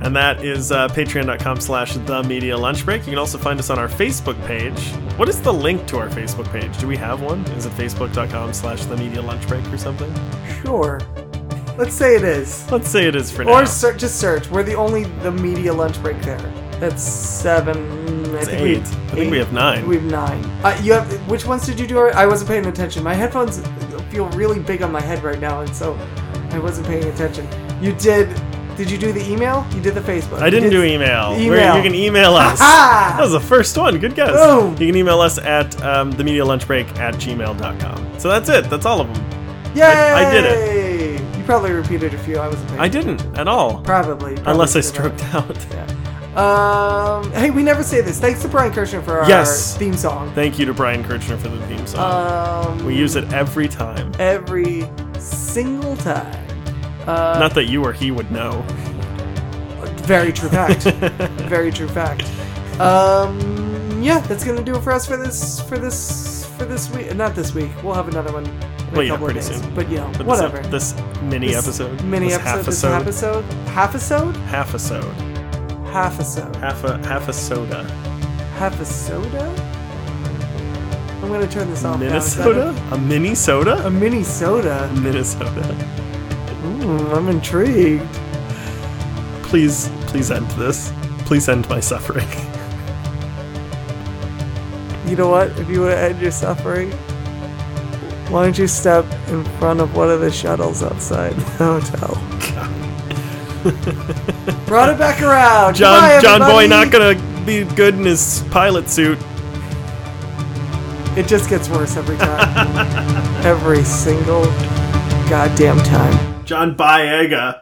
Speaker 1: And that is uh, patreon.com slash the media lunch break. You can also find us on our Facebook page. What is the link to our Facebook page? Do we have one? Is it facebook.com slash the media lunch break or something?
Speaker 2: sure. Let's say it is.
Speaker 1: Let's say it is for now.
Speaker 2: Or ser- just search. We're the only the media lunch break there. That's seven. I
Speaker 1: it's
Speaker 2: think
Speaker 1: eight.
Speaker 2: We,
Speaker 1: I think we have nine.
Speaker 2: We have nine. Uh, you have which ones did you do? I wasn't paying attention. My headphones feel really big on my head right now, and so I wasn't paying attention. You did? Did you do the email? You did the Facebook.
Speaker 1: I didn't do email.
Speaker 2: Email.
Speaker 1: Where You can email us.
Speaker 2: Ha-ha!
Speaker 1: That was the first one. Good guess.
Speaker 2: Boom.
Speaker 1: You can email us at um, themedialunchbreak at gmail.com. So that's it. That's all of them.
Speaker 2: Yay!
Speaker 1: I- I did
Speaker 2: it. You probably repeated a few. I wasn't paying.
Speaker 1: I didn't at all.
Speaker 2: Probably. probably
Speaker 1: Unless I
Speaker 2: did that.
Speaker 1: stroked out.
Speaker 2: Um. Hey, we never say this. Thanks to Brian Kirshner for our
Speaker 1: Yes.
Speaker 2: theme song.
Speaker 1: Thank you to Brian Kirchner for the theme song.
Speaker 2: Um.
Speaker 1: we use it every time.
Speaker 2: every single time. Uh,
Speaker 1: Not that you or he would know.
Speaker 2: Very true fact. very true fact. Um, yeah, that's gonna do it for us for this for this for this week. Not this week. We'll have another one in
Speaker 1: Well,
Speaker 2: a
Speaker 1: yeah,
Speaker 2: couple
Speaker 1: pretty
Speaker 2: of days.
Speaker 1: soon.
Speaker 2: But you
Speaker 1: But
Speaker 2: know,
Speaker 1: this ep-
Speaker 2: whatever.
Speaker 1: This, mini
Speaker 2: This
Speaker 1: episode.
Speaker 2: mini
Speaker 1: this
Speaker 2: episode, this
Speaker 1: Half episode.
Speaker 2: episode, half episode,
Speaker 1: Half episode.
Speaker 2: half episode,
Speaker 1: Half a half a
Speaker 2: Oh,
Speaker 1: soda.
Speaker 2: half a soda. I'm gonna turn this off. now. Is that
Speaker 1: Minnesota? A mini
Speaker 2: A, a
Speaker 1: soda?
Speaker 2: mini soda.
Speaker 1: Minnesota.
Speaker 2: Mm, I'm intrigued.
Speaker 1: Please, please end this. Please end my suffering.
Speaker 2: You know what? If you want to end your suffering, Why don't you step in front of one of the shuttles outside the hotel? Brought it back around.
Speaker 1: John
Speaker 2: Goodbye,
Speaker 1: John Boy not
Speaker 2: everybody.
Speaker 1: gonna be good in his pilot suit.
Speaker 2: It just gets worse every time. every single goddamn time.
Speaker 1: John Boyega.